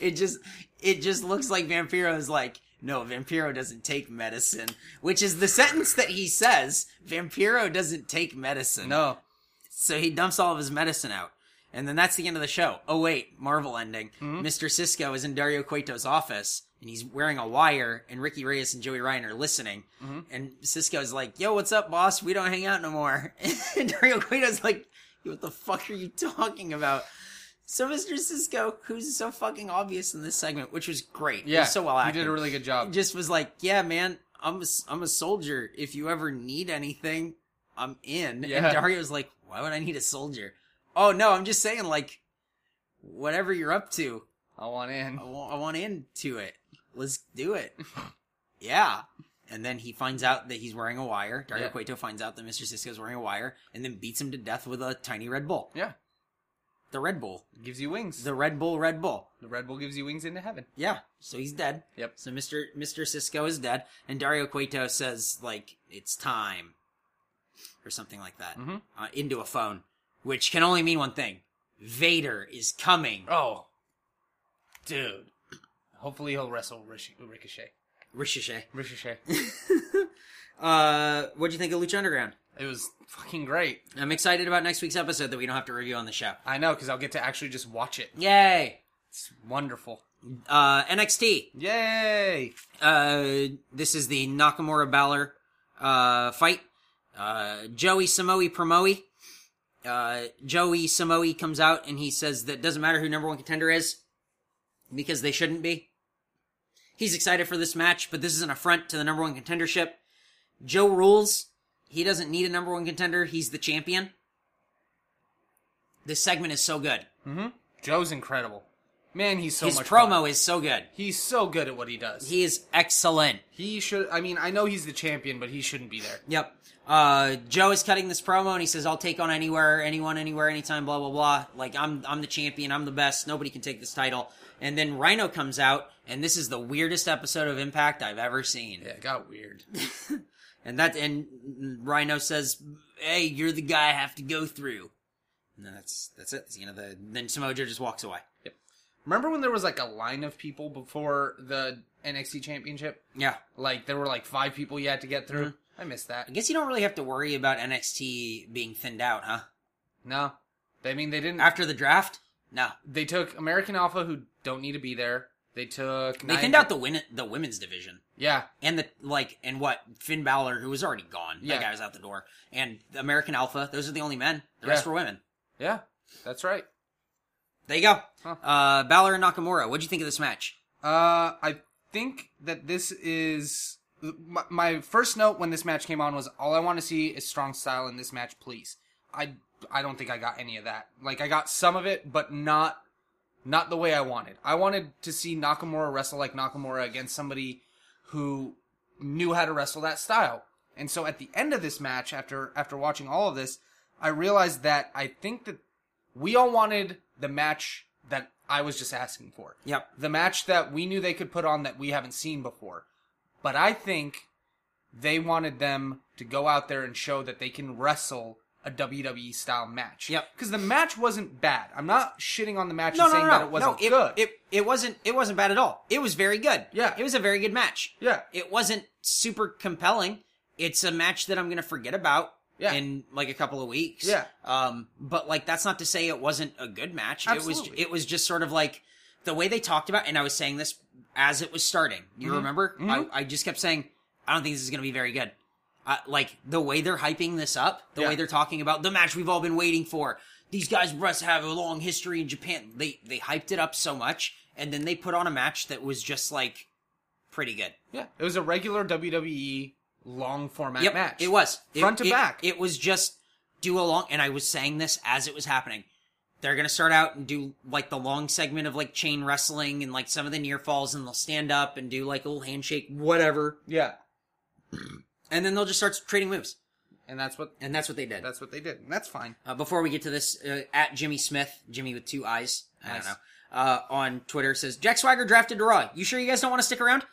[SPEAKER 3] it just it just looks like Vampiro is like no Vampiro doesn't take medicine, which is the sentence that he says. Vampiro doesn't take medicine.
[SPEAKER 2] no.
[SPEAKER 3] So he dumps all of his medicine out. And then that's the end of the show. Oh wait, Marvel ending.
[SPEAKER 2] Mm-hmm.
[SPEAKER 3] Mr. Cisco is in Dario Cueto's office and he's wearing a wire and Ricky Reyes and Joey Ryan are listening.
[SPEAKER 2] Mm-hmm.
[SPEAKER 3] And Cisco's like, "Yo, what's up, boss? We don't hang out no more." and Dario Cueto's like, "Yo, "What the fuck are you talking about?" So Mr. Cisco, who's so fucking obvious in this segment, which was great. It was
[SPEAKER 2] Yeah.
[SPEAKER 3] so well acted
[SPEAKER 2] He did a really good job.
[SPEAKER 3] just was like, "Yeah, man, I'm a, s- I'm a soldier. If you ever need anything, I'm in."
[SPEAKER 2] Yeah.
[SPEAKER 3] And Dario's like, "Why would I need a soldier?" Oh no, I'm just saying, like, whatever you're up to,
[SPEAKER 2] I want in.
[SPEAKER 3] I want, I want into it. Let's do it. yeah. And then he finds out that he's wearing a wire. Dario
[SPEAKER 2] Yeah.
[SPEAKER 3] Cueto finds out that Mr. Cisco's wearing a wire, and then beats him to death with a tiny Red Bull.
[SPEAKER 2] Yeah.
[SPEAKER 3] The Red Bull.
[SPEAKER 2] Gives you wings.
[SPEAKER 3] The Red Bull. Red Bull.
[SPEAKER 2] the Red Bull gives you wings into heaven.
[SPEAKER 3] Yeah. So he's dead.
[SPEAKER 2] Yep.
[SPEAKER 3] So Mr. Mr. Cisco is dead, and Dario Cueto says like it's time, or something like that,
[SPEAKER 2] Mhm.
[SPEAKER 3] uh, into a phone, which can only mean one thing: Vader is coming.
[SPEAKER 2] Oh, dude. Hopefully he'll wrestle Rish- Ricochet.
[SPEAKER 3] Ricochet.
[SPEAKER 2] Ricochet.
[SPEAKER 3] Uh, what do you think of Lucha Underground?
[SPEAKER 2] it was fucking great.
[SPEAKER 3] I'm excited about next week's episode that we don't have to review on the show.
[SPEAKER 2] I know because I'll get to actually just watch it.
[SPEAKER 3] Yay!
[SPEAKER 2] It's wonderful.
[SPEAKER 3] Uh, NXT.
[SPEAKER 2] Yay!
[SPEAKER 3] Uh, this is the Nakamura Balor uh, fight. Uh, Joey Samoe Promoe. Uh, Joey Samoe comes out and he says that it doesn't matter who number one contender is because they shouldn't be. He's excited for this match, but this is an affront to the number one contendership. Joe rules. He doesn't need a number one contender. He's the champion. This segment is so good.
[SPEAKER 2] Joe's incredible. Man, he's so
[SPEAKER 3] His
[SPEAKER 2] much
[SPEAKER 3] promo
[SPEAKER 2] fun.
[SPEAKER 3] is so good.
[SPEAKER 2] He's so good at what he does. He,
[SPEAKER 3] He is excellent.
[SPEAKER 2] should. I mean, I know he's the champion, but he shouldn't be there.
[SPEAKER 3] Yep. Uh, Joe is cutting this promo and he says, "I'll take on anywhere, anyone, anywhere, anytime, blah blah blah." Like I'm, I'm the champion. I'm the best. Nobody can take this title. And then Rhino comes out, and this is the weirdest episode of Impact I've ever seen.
[SPEAKER 2] Yeah, it got weird.
[SPEAKER 3] And that, and Rhino says, "Hey, you're the guy I have to go through." And then that's that's it. That's the end of the. Then Samoa Joe just walks away.
[SPEAKER 2] Remember when there was like a line of people before the NXT Championship?
[SPEAKER 3] Yeah.
[SPEAKER 2] Like there were like five people you had to get through. I miss
[SPEAKER 3] I
[SPEAKER 2] that.
[SPEAKER 3] guess you don't really have to worry about NXT being thinned out, huh?
[SPEAKER 2] No, I mean they didn't.
[SPEAKER 3] After the draft? No.
[SPEAKER 2] They took American Alpha, who don't need to be there. They took
[SPEAKER 3] They thinned out the win- the women's division.
[SPEAKER 2] yeah,
[SPEAKER 3] And the like and what Finn Balor who was already gone.
[SPEAKER 2] Yeah.
[SPEAKER 3] That guy was out the door. And the American Alpha, those are the only men. The rest
[SPEAKER 2] Yeah.
[SPEAKER 3] were women.
[SPEAKER 2] yeah. That's right.
[SPEAKER 3] There you go.
[SPEAKER 2] Huh.
[SPEAKER 3] Uh Balor and Nakamura. What'd you think of this match?
[SPEAKER 2] Uh, I think that this is my, my first note when this match came on was all I want to see is strong style in this match, please. I I don't think I got any of that. Like I got some of it, but not not the way I wanted. I wanted to see Nakamura wrestle like Nakamura against somebody who knew how to wrestle that style. And so at the end of this match, after after watching all of this, I realized that I think that we all wanted the match that I was just asking for
[SPEAKER 3] Yep.
[SPEAKER 2] the match that we knew they could put on that we haven't seen before. But I think they wanted them to go out there and show that they can wrestle a WWE style match.
[SPEAKER 3] Yep.
[SPEAKER 2] Because the match wasn't bad. I'm not shitting on the match
[SPEAKER 3] No,
[SPEAKER 2] and
[SPEAKER 3] no,
[SPEAKER 2] saying
[SPEAKER 3] no,
[SPEAKER 2] that
[SPEAKER 3] no.
[SPEAKER 2] it wasn't
[SPEAKER 3] no, it,
[SPEAKER 2] good.
[SPEAKER 3] It it wasn't it wasn't bad at all. It was very good.
[SPEAKER 2] Yeah.
[SPEAKER 3] It was a very good match.
[SPEAKER 2] yeah.
[SPEAKER 3] It wasn't super compelling. It's a match that I'm gonna forget about
[SPEAKER 2] Yeah.
[SPEAKER 3] in like a couple of weeks.
[SPEAKER 2] Yeah.
[SPEAKER 3] Um but like that's not to say it wasn't a good match. It was
[SPEAKER 2] Absolutely.
[SPEAKER 3] it was just sort of like the way they talked about and I was saying this as it was starting. You remember? I,
[SPEAKER 2] Mhm.
[SPEAKER 3] I just kept saying, I don't think this is gonna be very good. Uh, like the way they're hyping this up, the
[SPEAKER 2] Yeah.
[SPEAKER 3] way they're talking about the match we've all been waiting for. These guys must have a long history in Japan. They they hyped it up so much, and then they put on a match that was just like pretty good.
[SPEAKER 2] yeah. It was a regular WWE long format
[SPEAKER 3] Yep,
[SPEAKER 2] match.
[SPEAKER 3] It was It-
[SPEAKER 2] Front to
[SPEAKER 3] it-
[SPEAKER 2] back.
[SPEAKER 3] It was just do a long, and I was saying this as it was happening. They're gonna start out and do like the long segment of like chain wrestling and like some of the near falls, and they'll stand up and do like a little handshake, whatever,
[SPEAKER 2] Yeah.
[SPEAKER 3] and then they'll just start trading moves,
[SPEAKER 2] And that's what
[SPEAKER 3] and that's what they did.
[SPEAKER 2] that's what they did. And that's fine.
[SPEAKER 3] Uh, before we get to this, uh, at Jimmy Smith, Jimmy with two eyes, I don't
[SPEAKER 2] Nice.
[SPEAKER 3] know, uh, on Twitter says Jack Swagger drafted to Raw. You sure you guys don't want to stick around?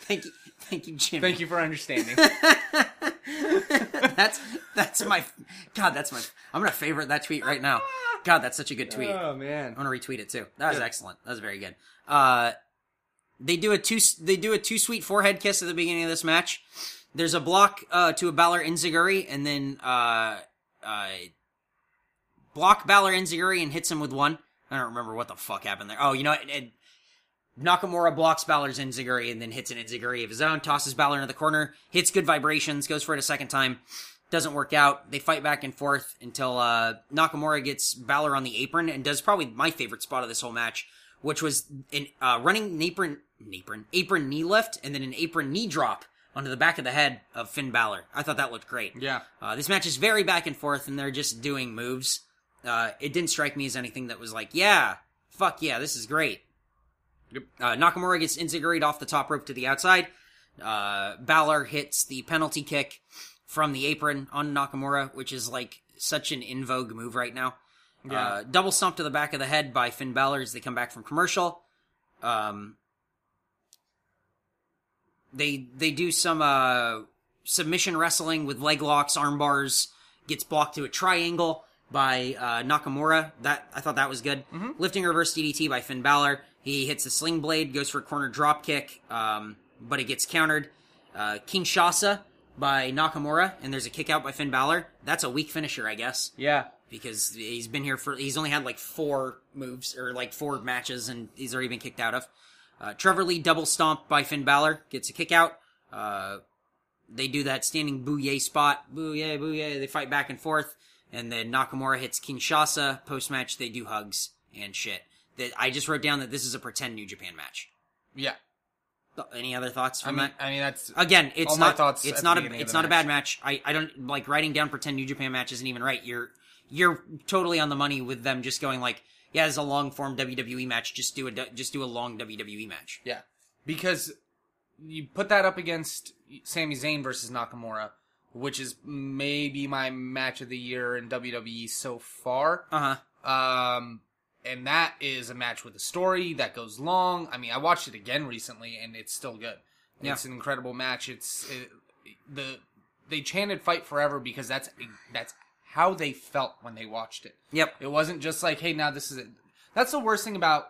[SPEAKER 3] thank you, thank you, Jimmy.
[SPEAKER 2] Thank you for understanding.
[SPEAKER 3] that's that's my God. That's my. I'm gonna favorite that tweet right now. God, that's such a good tweet. I'm
[SPEAKER 2] oh man.
[SPEAKER 3] gonna retweet it too. That was excellent. That was very good. Uh, they do a two. They do a two sweet forehead kiss at the beginning of this match. There's a block uh, to a Balor Inzaguri, and then uh, uh, block Balor Inzaguri and hits him with one. I don't remember what the fuck happened there. Oh, you know, what? and Nakamura blocks Balor's Inzaguri and then hits an Inzaguri of his own, tosses Balor into the corner, hits good vibrations, goes for it a second time, doesn't work out. They fight back and forth until uh, Nakamura gets Balor on the apron and does probably my favorite spot of this whole match, which was an uh, running an apron, an apron, apron knee lift and then an apron knee drop onto the back of the head of Finn Balor. I thought that looked great.
[SPEAKER 2] Yeah.
[SPEAKER 3] Uh, this match is very back and forth, and they're just doing moves. Uh, it didn't strike me as anything that was like, yeah, fuck yeah, this is great.
[SPEAKER 2] Yep.
[SPEAKER 3] Uh, Nakamura gets Inziguri off the top rope to the outside. Uh, Balor hits the penalty kick from the apron on Nakamura, which is like such an in vogue move right now. Uh, double stomp to the back of the head by Finn Balor as they come back from commercial. Um, they they do some uh, submission wrestling with leg locks, arm bars. Gets blocked to a triangle by uh, Nakamura. That I thought that was good. Lifting reverse DDT by Finn Balor. He hits the sling blade, goes for a corner drop kick, um, but it gets countered. Uh, Kinshasa by Nakamura, and there's a kick out by Finn Balor. That's a weak finisher, I guess
[SPEAKER 2] Yeah.
[SPEAKER 3] because he's been here for he's only had like four moves or like four matches and he's already been kicked out of. Uh, Trevor Lee double stomp by Finn Balor gets a kick out. Uh, they do that standing booyah spot, booyah booyah. They fight back and forth, and then Nakamura hits Kinshasa. Post match, they do hugs and shit. That I just wrote down that this is a pretend New Japan match.
[SPEAKER 2] Yeah.
[SPEAKER 3] Th- Any other thoughts
[SPEAKER 2] I
[SPEAKER 3] from
[SPEAKER 2] mean
[SPEAKER 3] that?
[SPEAKER 2] I mean that's
[SPEAKER 3] Again, it's
[SPEAKER 2] All my
[SPEAKER 3] not
[SPEAKER 2] thoughts at
[SPEAKER 3] it's
[SPEAKER 2] the
[SPEAKER 3] not a
[SPEAKER 2] beginning of
[SPEAKER 3] it's
[SPEAKER 2] the
[SPEAKER 3] not a bad match. I I don't like writing down pretend New Japan match isn't even right. You're you're totally on the money with them just going like, yeah, it's a long form WWE E match. Just do a just do a long WWE match.
[SPEAKER 2] Yeah. Because you put that up against Sami Zayn versus Nakamura, which is maybe my match of the year in WWE so far.
[SPEAKER 3] Uh huh.
[SPEAKER 2] Um, and that is a match with a story that goes long. I mean, I watched it again recently, and it's still good.
[SPEAKER 3] Yeah.
[SPEAKER 2] It's an incredible match. It's it, the they chanted "Fight Forever" because that's that's how they felt when they watched it.
[SPEAKER 3] Yep.
[SPEAKER 2] It wasn't just like, hey, now this is it. That's the worst thing about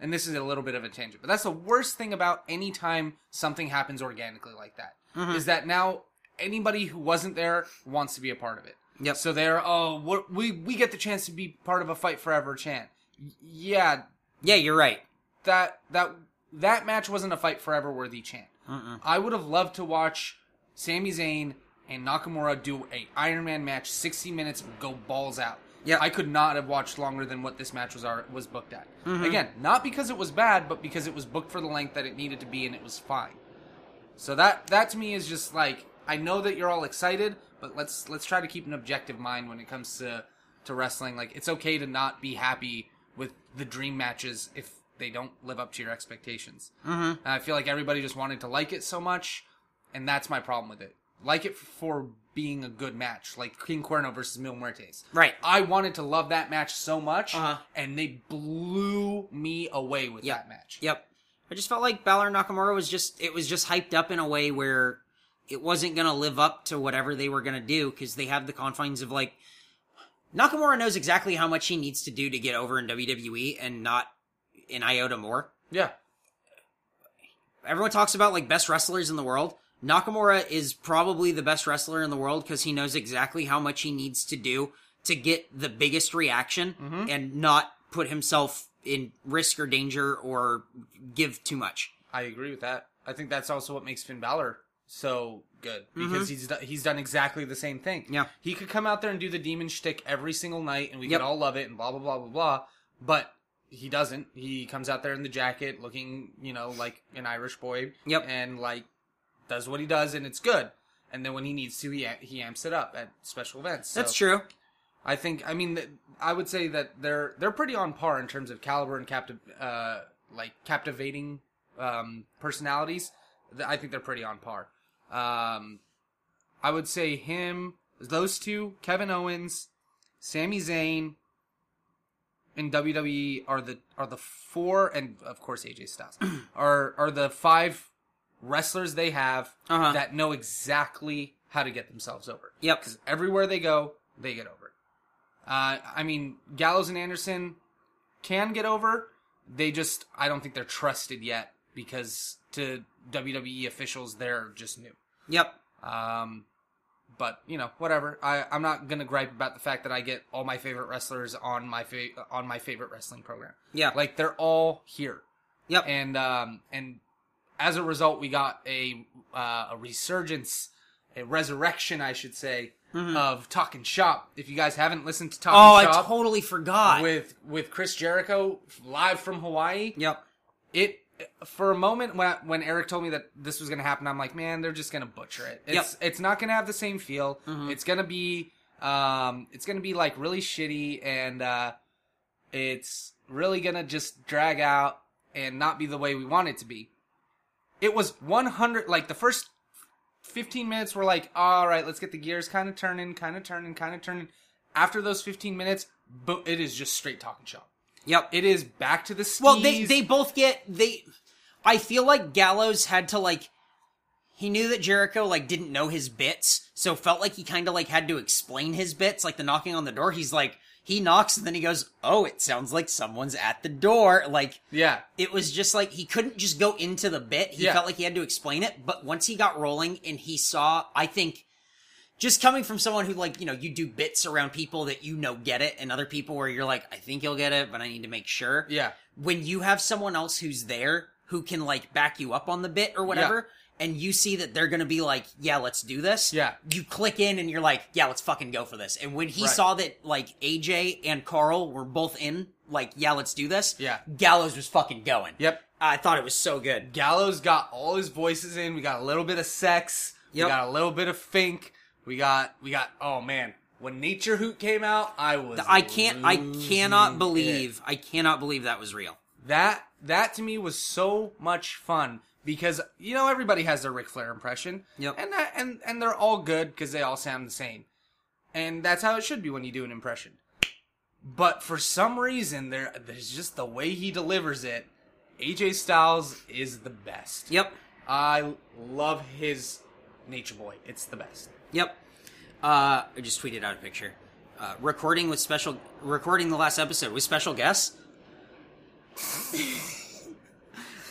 [SPEAKER 2] and this is a little bit of a tangent, but that's the worst thing about any time something happens organically like that is that now anybody who wasn't there wants to be a part of it.
[SPEAKER 3] Yep.
[SPEAKER 2] So they're oh what we we get the chance to be part of a fight forever chant. Y- yeah,
[SPEAKER 3] Yeah, you're right.
[SPEAKER 2] that that that match wasn't a fight forever worthy chant. I would have loved to watch Sami Zayn and Nakamura do a Iron Man match, sixty minutes, go balls out.
[SPEAKER 3] Yeah.
[SPEAKER 2] I could not have watched longer than what this match was ar- was booked at. Again, not because it was bad, but because it was booked for the length that it needed to be, and it was fine. So that that to me is just like I know that you're all excited, but let's let's try to keep an objective mind when it comes to to wrestling. Like it's okay to not be happy with the dream matches if they don't live up to your expectations. Mm-hmm. I feel like everybody just wanted to like it so much, and that's my problem with it. Like it for being a good match, like King Cuerno versus Mil Muertes.
[SPEAKER 3] Right.
[SPEAKER 2] I wanted to love that match so much,
[SPEAKER 3] Uh-huh.
[SPEAKER 2] and they blew me away with
[SPEAKER 3] Yep.
[SPEAKER 2] that match.
[SPEAKER 3] Yep. I just felt like Balor and Nakamura was just it was just hyped up in a way where it wasn't going to live up to whatever they were going to do because they have the confines of like Nakamura knows exactly how much he needs to do to get over in WWE and not in iota more.
[SPEAKER 2] Yeah.
[SPEAKER 3] Everyone talks about like best wrestlers in the world. Nakamura is probably the best wrestler in the world because he knows exactly how much he needs to do to get the biggest reaction and not put himself in risk or danger or give too much.
[SPEAKER 2] I agree with that. I think that's also what makes Finn Balor so good because he's do- he's done exactly the same thing.
[SPEAKER 3] Mm-hmm. Yeah.
[SPEAKER 2] he could come out there and do the demon shtick every single night, and we
[SPEAKER 3] Yep.
[SPEAKER 2] could all love it and blah blah blah blah blah. But he doesn't. He comes out there in the jacket, looking you know like an Irish boy.
[SPEAKER 3] Yep.
[SPEAKER 2] and like does what he does, and it's good. And then when he needs to, he a- he amps it up at special events. So
[SPEAKER 3] That's true.
[SPEAKER 2] I think. I mean, th- I would say that they're they're pretty on par in terms of caliber and captive, uh, like captivating um, personalities. Th- I think they're pretty on par. Um, I would say him, those two, Kevin Owens, Sami Zayn, in WWE are the are the four, and of course AJ Styles are are the five wrestlers they have
[SPEAKER 3] Uh-huh.
[SPEAKER 2] that know exactly how to get themselves over.
[SPEAKER 3] Yep.
[SPEAKER 2] Because everywhere they go, they get over. Uh, I mean, Gallows and Anderson can get over. They just, I don't think they're trusted yet because to WWE officials, they're just new.
[SPEAKER 3] Yep.
[SPEAKER 2] Um, but you know, whatever. I, I'm not gonna gripe about the fact that I get all my favorite wrestlers on my fa- on my favorite wrestling program.
[SPEAKER 3] Yeah.
[SPEAKER 2] Like they're all here,
[SPEAKER 3] Yep.
[SPEAKER 2] and um, and as a result, we got a uh, a resurgence, a resurrection, I should say, of Talking Shop. If you guys haven't listened to Talking
[SPEAKER 3] Mm-hmm. oh, I
[SPEAKER 2] Shop
[SPEAKER 3] totally forgot.
[SPEAKER 2] with with Chris Jericho live from Hawaii,
[SPEAKER 3] yep.
[SPEAKER 2] it for a moment when I, when Eric told me that this was going to happen, I'm like, man, they're just going to butcher it. It's it's not going to have the same feel.
[SPEAKER 3] Mm-hmm.
[SPEAKER 2] It's going to be um it's going to be like really shitty and uh it's really going to just drag out and not be the way we want it to be. It was 100 like the first 15 minutes were like, all right, let's get the gears kind of turning, kind of turning, kind of turning. After those 15 minutes, bo- it is just straight talking shop.
[SPEAKER 3] Yep.
[SPEAKER 2] It is back to the skis.
[SPEAKER 3] well, they they both get they. I feel like Gallows had to like. He knew that Jericho like didn't know his bits, so felt like he kind of like had to explain his bits, like the knocking on the door. He's like he knocks and then he goes, "Oh, it sounds like someone's at the door." Like
[SPEAKER 2] yeah.
[SPEAKER 3] it was just like he couldn't just go into the bit. He
[SPEAKER 2] Yeah.
[SPEAKER 3] felt like he had to explain it. But once he got rolling and he saw, I think, just coming from someone who, like, you know, you do bits around people that you know get it and other people where you're like, I think you'll get it, but I need to make sure.
[SPEAKER 2] Yeah.
[SPEAKER 3] When you have someone else who's there who can, like, back you up on the bit or whatever. And you see that they're gonna be like, yeah, let's do this.
[SPEAKER 2] Yeah.
[SPEAKER 3] You click in and you're like, yeah, let's fucking go for this. And when he
[SPEAKER 2] Right.
[SPEAKER 3] saw that, like, AJ and Carl were both in, like, yeah, let's do this.
[SPEAKER 2] Yeah.
[SPEAKER 3] Gallows was fucking going.
[SPEAKER 2] Yep.
[SPEAKER 3] I thought it was so good.
[SPEAKER 2] Gallows got all his voices in. We got a little bit of sex.
[SPEAKER 3] Yep.
[SPEAKER 2] We got a little bit of fink. We got we got oh man. When Nature Hoot came out, I was
[SPEAKER 3] I can't. I
[SPEAKER 2] losing
[SPEAKER 3] cannot
[SPEAKER 2] it.
[SPEAKER 3] believe. I cannot believe that was real.
[SPEAKER 2] that that to me was so much fun because you know everybody has their Ric Flair impression.
[SPEAKER 3] Yep.
[SPEAKER 2] And that, and and they're all good because they all sound the same, and that's how it should be when you do an impression. But for some reason, there there's just the way he delivers it. AJ Styles is the best.
[SPEAKER 3] Yep.
[SPEAKER 2] I love his Nature Boy. It's the best.
[SPEAKER 3] Yep. Uh, I just tweeted out a picture. Uh, recording with special. Recording the last episode with special guests.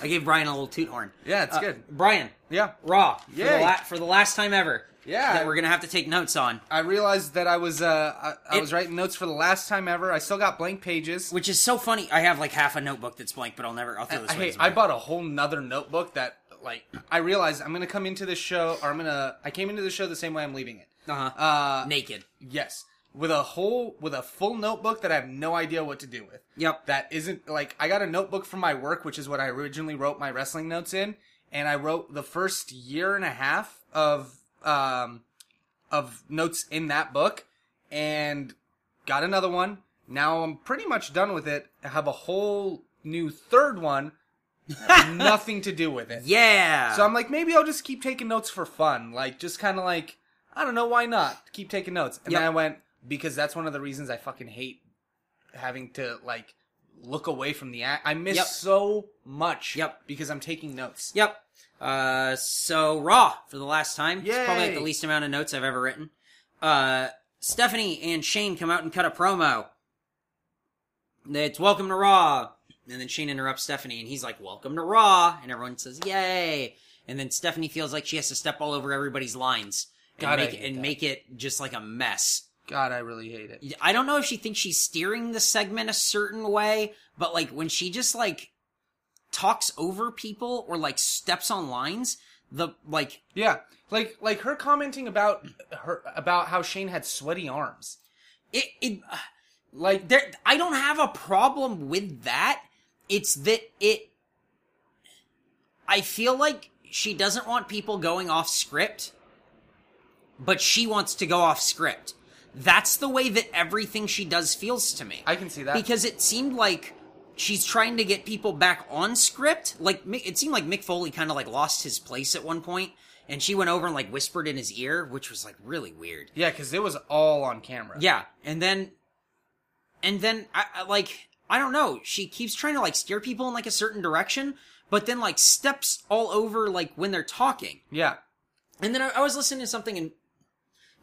[SPEAKER 3] I gave Brian a little toot horn.
[SPEAKER 2] Yeah, it's
[SPEAKER 3] Uh,
[SPEAKER 2] good.
[SPEAKER 3] Brian,
[SPEAKER 2] Yeah.
[SPEAKER 3] Raw for the,
[SPEAKER 2] Yay.
[SPEAKER 3] la- for the last time ever.
[SPEAKER 2] Yeah.
[SPEAKER 3] that we're gonna have to take notes on,
[SPEAKER 2] I realized that I was uh I, I
[SPEAKER 3] It-
[SPEAKER 2] was writing notes for the last time ever. I still got blank pages.
[SPEAKER 3] which is so funny. I have like half a notebook that's blank, but I'll never. I'll throw this
[SPEAKER 2] I,
[SPEAKER 3] away.
[SPEAKER 2] hey, I bought a whole nother notebook that like I realized I'm gonna come into this show or I'm gonna I came into the show the same way I'm leaving it.
[SPEAKER 3] uh-huh.
[SPEAKER 2] Uh
[SPEAKER 3] naked.
[SPEAKER 2] yes. With a whole with a full notebook that I have no idea what to do with.
[SPEAKER 3] Yep.
[SPEAKER 2] That isn't like I got a notebook from my work, which is what I originally wrote my wrestling notes in, and I wrote the first year and a half of um of notes in that book and got another one. Now I'm pretty much done with it. I have a whole new third one. nothing to do with it.
[SPEAKER 3] yeah.
[SPEAKER 2] So I'm like, maybe I'll just keep taking notes for fun. Like, just kind of like, I don't know, why not? Keep taking notes. And then
[SPEAKER 3] Yep.
[SPEAKER 2] I went, because that's one of the reasons I fucking hate having to, like, look away from the act. I miss
[SPEAKER 3] Yep.
[SPEAKER 2] so much.
[SPEAKER 3] Yep.
[SPEAKER 2] Because I'm taking notes.
[SPEAKER 3] Yep. Uh, so Raw for the last time. It's probably like
[SPEAKER 2] Yay.
[SPEAKER 3] the least amount of notes I've ever written. Uh, Stephanie and Shane come out and cut a promo. It's welcome to Raw, and then Shane interrupts Stephanie, and he's like, "Welcome to Raw," and everyone says, "Yay!" And then Stephanie feels like she has to step all over everybody's lines and
[SPEAKER 2] God, I
[SPEAKER 3] make
[SPEAKER 2] hate
[SPEAKER 3] and
[SPEAKER 2] that.
[SPEAKER 3] make it just like a mess.
[SPEAKER 2] God, I really hate it.
[SPEAKER 3] I don't know if she thinks she's steering the segment a certain way, but like when she just like talks over people or like steps on lines, the like
[SPEAKER 2] Yeah. Like, like her commenting about her, about how Shane had sweaty arms.
[SPEAKER 3] it it uh,
[SPEAKER 2] Like,
[SPEAKER 3] there I don't have a problem with that. It's that it I feel like she doesn't want people going off script, but she wants to go off script. That's the way that everything she does feels to me.
[SPEAKER 2] I can see that.
[SPEAKER 3] because it seemed like she's trying to get people back on script. Like Mick- it seemed like Mick Foley kind of like lost his place at one point, and she went over and like whispered in his ear, which was like really weird.
[SPEAKER 2] yeah, because it was all on camera.
[SPEAKER 3] Yeah, and then, and then I, I like I don't know. She keeps trying to like steer people in like a certain direction, but then like steps all over like when they're talking.
[SPEAKER 2] Yeah.
[SPEAKER 3] And then I, I was listening to something and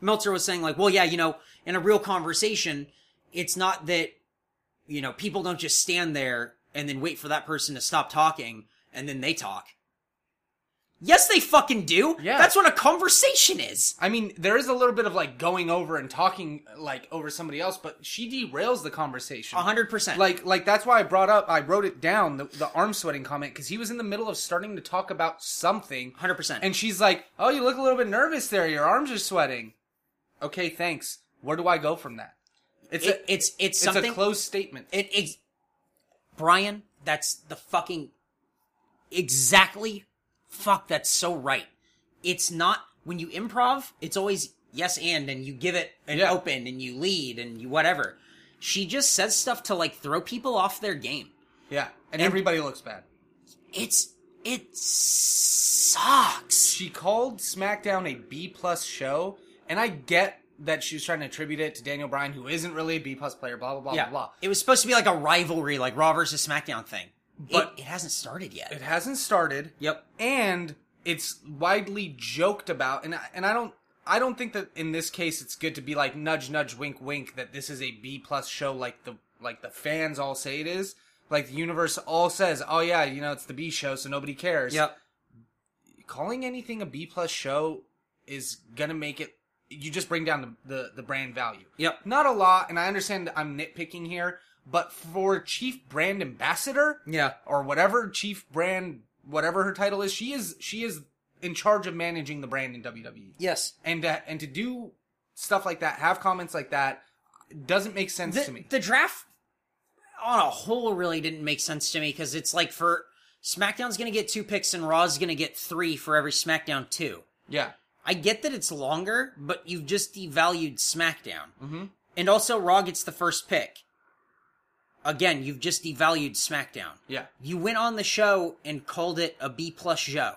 [SPEAKER 3] Meltzer was saying like, well, yeah, you know, in a real conversation, it's not that, you know, people don't just stand there and then wait for that person to stop talking and then they talk. Yes, they fucking do.
[SPEAKER 2] Yeah.
[SPEAKER 3] That's what a conversation is.
[SPEAKER 2] I mean, there is a little bit of like going over and talking like over somebody else, but she derails the conversation.
[SPEAKER 3] A hundred percent.
[SPEAKER 2] Like, like that's why I brought up, I wrote it down the, the arm sweating comment because he was in the middle of starting to talk about something,
[SPEAKER 3] hundred percent.
[SPEAKER 2] and she's like, "Oh, you look a little bit nervous there. Your arms are sweating." Okay, thanks. Where do I go from that? It's
[SPEAKER 3] it,
[SPEAKER 2] a,
[SPEAKER 3] it's, it's
[SPEAKER 2] it's
[SPEAKER 3] something.
[SPEAKER 2] a closed statement.
[SPEAKER 3] It, it's Brian. That's the fucking exactly. Fuck, that's so right. It's not when you improv. It's always yes and, and you give it an
[SPEAKER 2] Yeah.
[SPEAKER 3] open, and you lead, and you whatever. She just says stuff to like throw people off their game.
[SPEAKER 2] yeah, and everybody looks bad.
[SPEAKER 3] It's it sucks.
[SPEAKER 2] she called SmackDown a B plus show, and I get that she was trying to attribute it to Daniel Bryan, who isn't really a B plus player. Blah blah blah blah blah.
[SPEAKER 3] it was supposed to be like a rivalry, like Raw versus SmackDown thing, but
[SPEAKER 2] But-
[SPEAKER 3] it, hasn't started yet.
[SPEAKER 2] It hasn't started.
[SPEAKER 3] yep.
[SPEAKER 2] and it's widely joked about and I, and I don't I don't think that in this case it's good to be like nudge nudge wink wink that this is a B plus show like the like the fans all say it is like the universe all says oh yeah you know it's the B show so nobody cares
[SPEAKER 3] Yep.
[SPEAKER 2] calling anything a B plus show is gonna make it you just bring down the, the the brand value
[SPEAKER 3] Yep.
[SPEAKER 2] not a lot and I understand I'm nitpicking here but for chief brand ambassador
[SPEAKER 3] Yeah.
[SPEAKER 2] or whatever chief brand whatever her title is she is she is in charge of managing the brand in WWE
[SPEAKER 3] Yes.
[SPEAKER 2] and to, and to do stuff like that have comments like that doesn't make sense
[SPEAKER 3] the,
[SPEAKER 2] to me
[SPEAKER 3] the draft on a whole really didn't make sense to me because it's like for SmackDown's going to get two picks and Raw's going to get three for every SmackDown two.
[SPEAKER 2] yeah
[SPEAKER 3] I get that it's longer, but you've just devalued SmackDown. Mm-hmm. And also, Raw gets the first pick. Again, you've just devalued SmackDown.
[SPEAKER 2] yeah
[SPEAKER 3] You went on the show and called it a B plus show.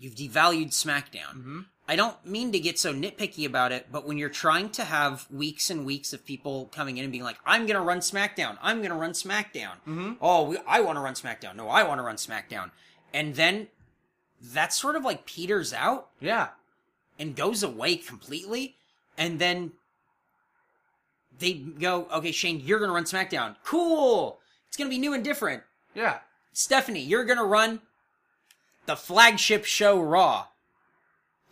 [SPEAKER 3] You've devalued SmackDown. I don't mean to get so nitpicky about it, but when you're trying to have weeks and weeks of people coming in and being like, "I'm going to run SmackDown. I'm going to run SmackDown." Oh, we, I want to run SmackDown. No, I want to run SmackDown. And then that sort of like peters out
[SPEAKER 2] yeah
[SPEAKER 3] and goes away completely. And then they go, okay, Shane, you're going to run SmackDown. Cool. It's going to be new and different.
[SPEAKER 2] Yeah.
[SPEAKER 3] Stephanie, you're gonna run the flagship show Raw.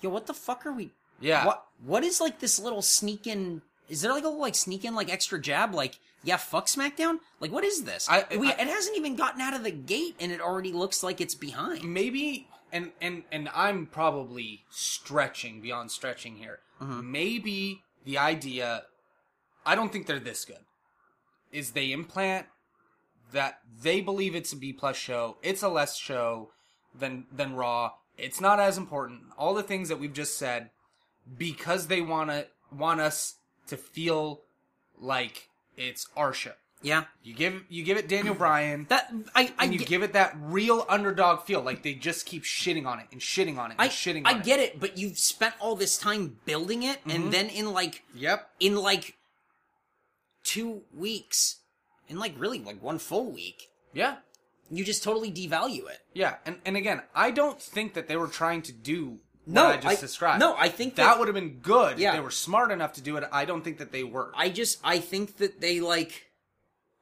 [SPEAKER 3] Yo, what the fuck are we?
[SPEAKER 2] Yeah.
[SPEAKER 3] What What is like this little sneaking? Is there like a little like sneaking like extra jab like yeah fuck SmackDown? Like what is this?
[SPEAKER 2] I-
[SPEAKER 3] we,
[SPEAKER 2] I-
[SPEAKER 3] it hasn't even gotten out of the gate and it already looks like it's
[SPEAKER 2] Mm.
[SPEAKER 3] behind.
[SPEAKER 2] Maybe and and and I'm probably stretching beyond stretching here. Maybe the idea I don't think they're this good. Is they implant that they believe it's a B plus show, it's a less show than than Raw. It's not as important. All the things that we've just said because they want to want us to feel like it's our show.
[SPEAKER 3] Yeah,
[SPEAKER 2] You give you give it Daniel Bryan
[SPEAKER 3] that I I
[SPEAKER 2] and you
[SPEAKER 3] get,
[SPEAKER 2] give it that real underdog feel, like they just keep shitting on it and shitting on it Mm-hmm. and
[SPEAKER 3] I,
[SPEAKER 2] shitting.
[SPEAKER 3] I
[SPEAKER 2] on
[SPEAKER 3] get it, but you've spent all this time building it, and then in like
[SPEAKER 2] Yep.
[SPEAKER 3] in like two weeks, in like really like one full week,
[SPEAKER 2] Yeah.
[SPEAKER 3] you just totally devalue it.
[SPEAKER 2] Yeah. And and again, I don't think that they were trying to do what
[SPEAKER 3] No,
[SPEAKER 2] I just
[SPEAKER 3] I-
[SPEAKER 2] described.
[SPEAKER 3] no, I think
[SPEAKER 2] that,
[SPEAKER 3] that-
[SPEAKER 2] would have been good.
[SPEAKER 3] Yeah.
[SPEAKER 2] if They were smart enough to do it. I don't think that they were.
[SPEAKER 3] I just I think that they like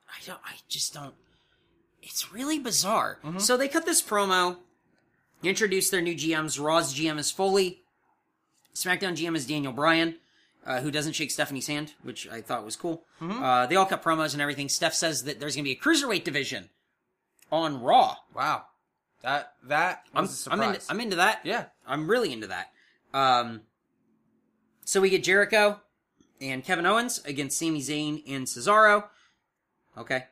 [SPEAKER 3] I don't I just don't it's really bizarre.
[SPEAKER 2] Mm-hmm.
[SPEAKER 3] So they cut this promo, introduce their new GMs. Raw's GM is Foley, SmackDown GM is Daniel Bryan, uh, who doesn't shake Stephanie's hand, which I thought was cool.
[SPEAKER 2] Mm-hmm.
[SPEAKER 3] Uh, they all cut promos and everything. Steph says that there's gonna be a cruiserweight division on Raw.
[SPEAKER 2] wow. That that
[SPEAKER 3] I'm
[SPEAKER 2] was a
[SPEAKER 3] I'm
[SPEAKER 2] surprise.
[SPEAKER 3] into, I'm into that.
[SPEAKER 2] yeah.
[SPEAKER 3] I'm really into that. Um, so we get Jericho and Kevin Owens against Sami Zayn and Cesaro. Okay.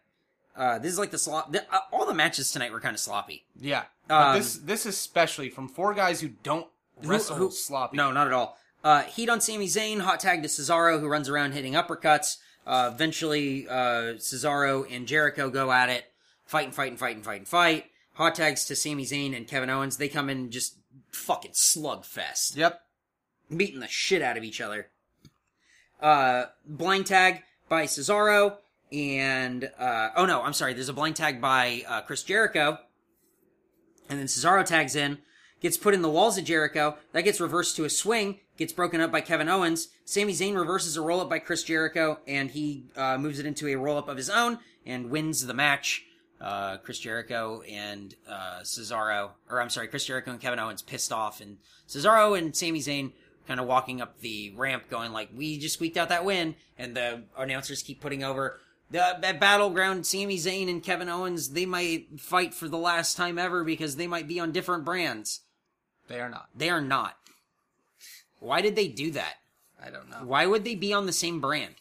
[SPEAKER 3] Uh, this is like the slop. The, uh, all the matches tonight were kind of sloppy.
[SPEAKER 2] Yeah. But
[SPEAKER 3] Um,
[SPEAKER 2] this this especially from four guys who don't
[SPEAKER 3] Who-
[SPEAKER 2] wrestle
[SPEAKER 3] who-
[SPEAKER 2] sloppy.
[SPEAKER 3] No, not at all. Uh, heat on Sami Zayn, hot tag to Cesaro, who runs around hitting uppercuts. Uh, eventually, uh, Cesaro and Jericho go at it, fight and fight and fight and fight and fight. Hot tags to Sami Zayn and Kevin Owens. They come in and just fucking slugfest.
[SPEAKER 2] Yep.
[SPEAKER 3] beating the shit out of each other. Uh, blind tag by Cesaro and uh, oh no, I'm sorry. There's a blind tag by uh, Chris Jericho, and then Cesaro tags in, gets put in the walls of Jericho. That gets reversed to a swing, gets broken up by Kevin Owens. Sami Zayn reverses a roll up by Chris Jericho, and he uh, moves it into a roll up of his own and wins the match. Uh, Chris Jericho and uh, Cesaro, or I'm sorry, Chris Jericho and Kevin Owens pissed off, and Cesaro and Sami Zayn kind of walking up the ramp, going like, "We just squeaked out that win," and the announcers keep putting over the that battleground. Sami Zayn and Kevin Owens, they might fight for the last time ever because they might be on different brands.
[SPEAKER 2] They are not.
[SPEAKER 3] They are not. Why did they do that?
[SPEAKER 2] I don't know.
[SPEAKER 3] Oh. Why would they be on the same brand?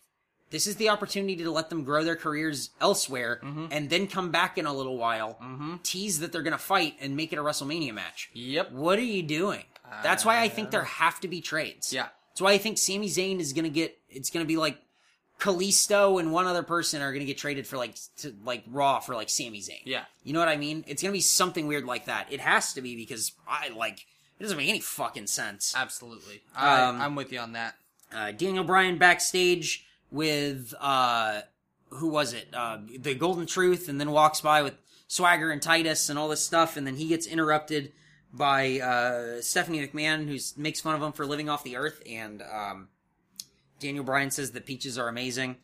[SPEAKER 3] This is the opportunity to let them grow their careers elsewhere
[SPEAKER 2] Mm-hmm.
[SPEAKER 3] and then come back in a little while, tease that they're going to fight and make it a WrestleMania match.
[SPEAKER 2] Yep. Uh,
[SPEAKER 3] What are you doing? That's why I think there have to be trades.
[SPEAKER 2] Yeah.
[SPEAKER 3] That's why I think Sami Zayn is going to get, it's going to be like Kalisto and one other person are going to get traded for like, to like Raw for like Sami Zayn.
[SPEAKER 2] Yeah.
[SPEAKER 3] You know what I mean? It's going to be something weird like that. It has to be because I like, it doesn't make any fucking sense
[SPEAKER 2] Absolutely. I,
[SPEAKER 3] Um,
[SPEAKER 2] I'm with you on that.
[SPEAKER 3] uh, Daniel Bryan backstage with uh, who was it? Uh, the Golden Truth, and then walks by with Swagger and Titus and all this stuff, and then he gets interrupted by uh, Stephanie McMahon, who makes fun of him for living off the earth, and um, Daniel Bryan says that peaches are amazing,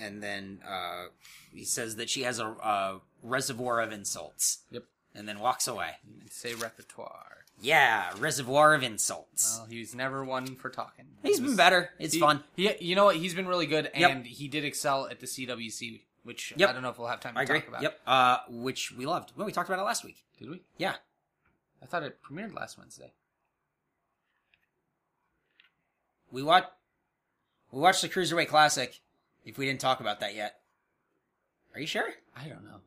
[SPEAKER 3] and then uh, he says that she has a, a reservoir of insults,
[SPEAKER 2] Yep.
[SPEAKER 3] and then walks away.
[SPEAKER 2] Say repertoire.
[SPEAKER 3] Yeah, reservoir of insults.
[SPEAKER 2] Well, he's never one for talking.
[SPEAKER 3] He's been better. It's
[SPEAKER 2] Uh, He-
[SPEAKER 3] fun.
[SPEAKER 2] He, you know what? He's been really good,
[SPEAKER 3] Yep.
[SPEAKER 2] and he did excel at the CWC, which
[SPEAKER 3] Yep.
[SPEAKER 2] I don't know if we'll have time to
[SPEAKER 3] I agree.
[SPEAKER 2] talk about.
[SPEAKER 3] Yep. Uh, which we loved. Well, we talked about it last week.
[SPEAKER 2] Did we?
[SPEAKER 3] Yeah.
[SPEAKER 2] I thought it premiered last Wednesday.
[SPEAKER 3] We watched. We watched the Cruiserweight Classic. If we didn't talk about that yet, are you sure?
[SPEAKER 2] I don't know.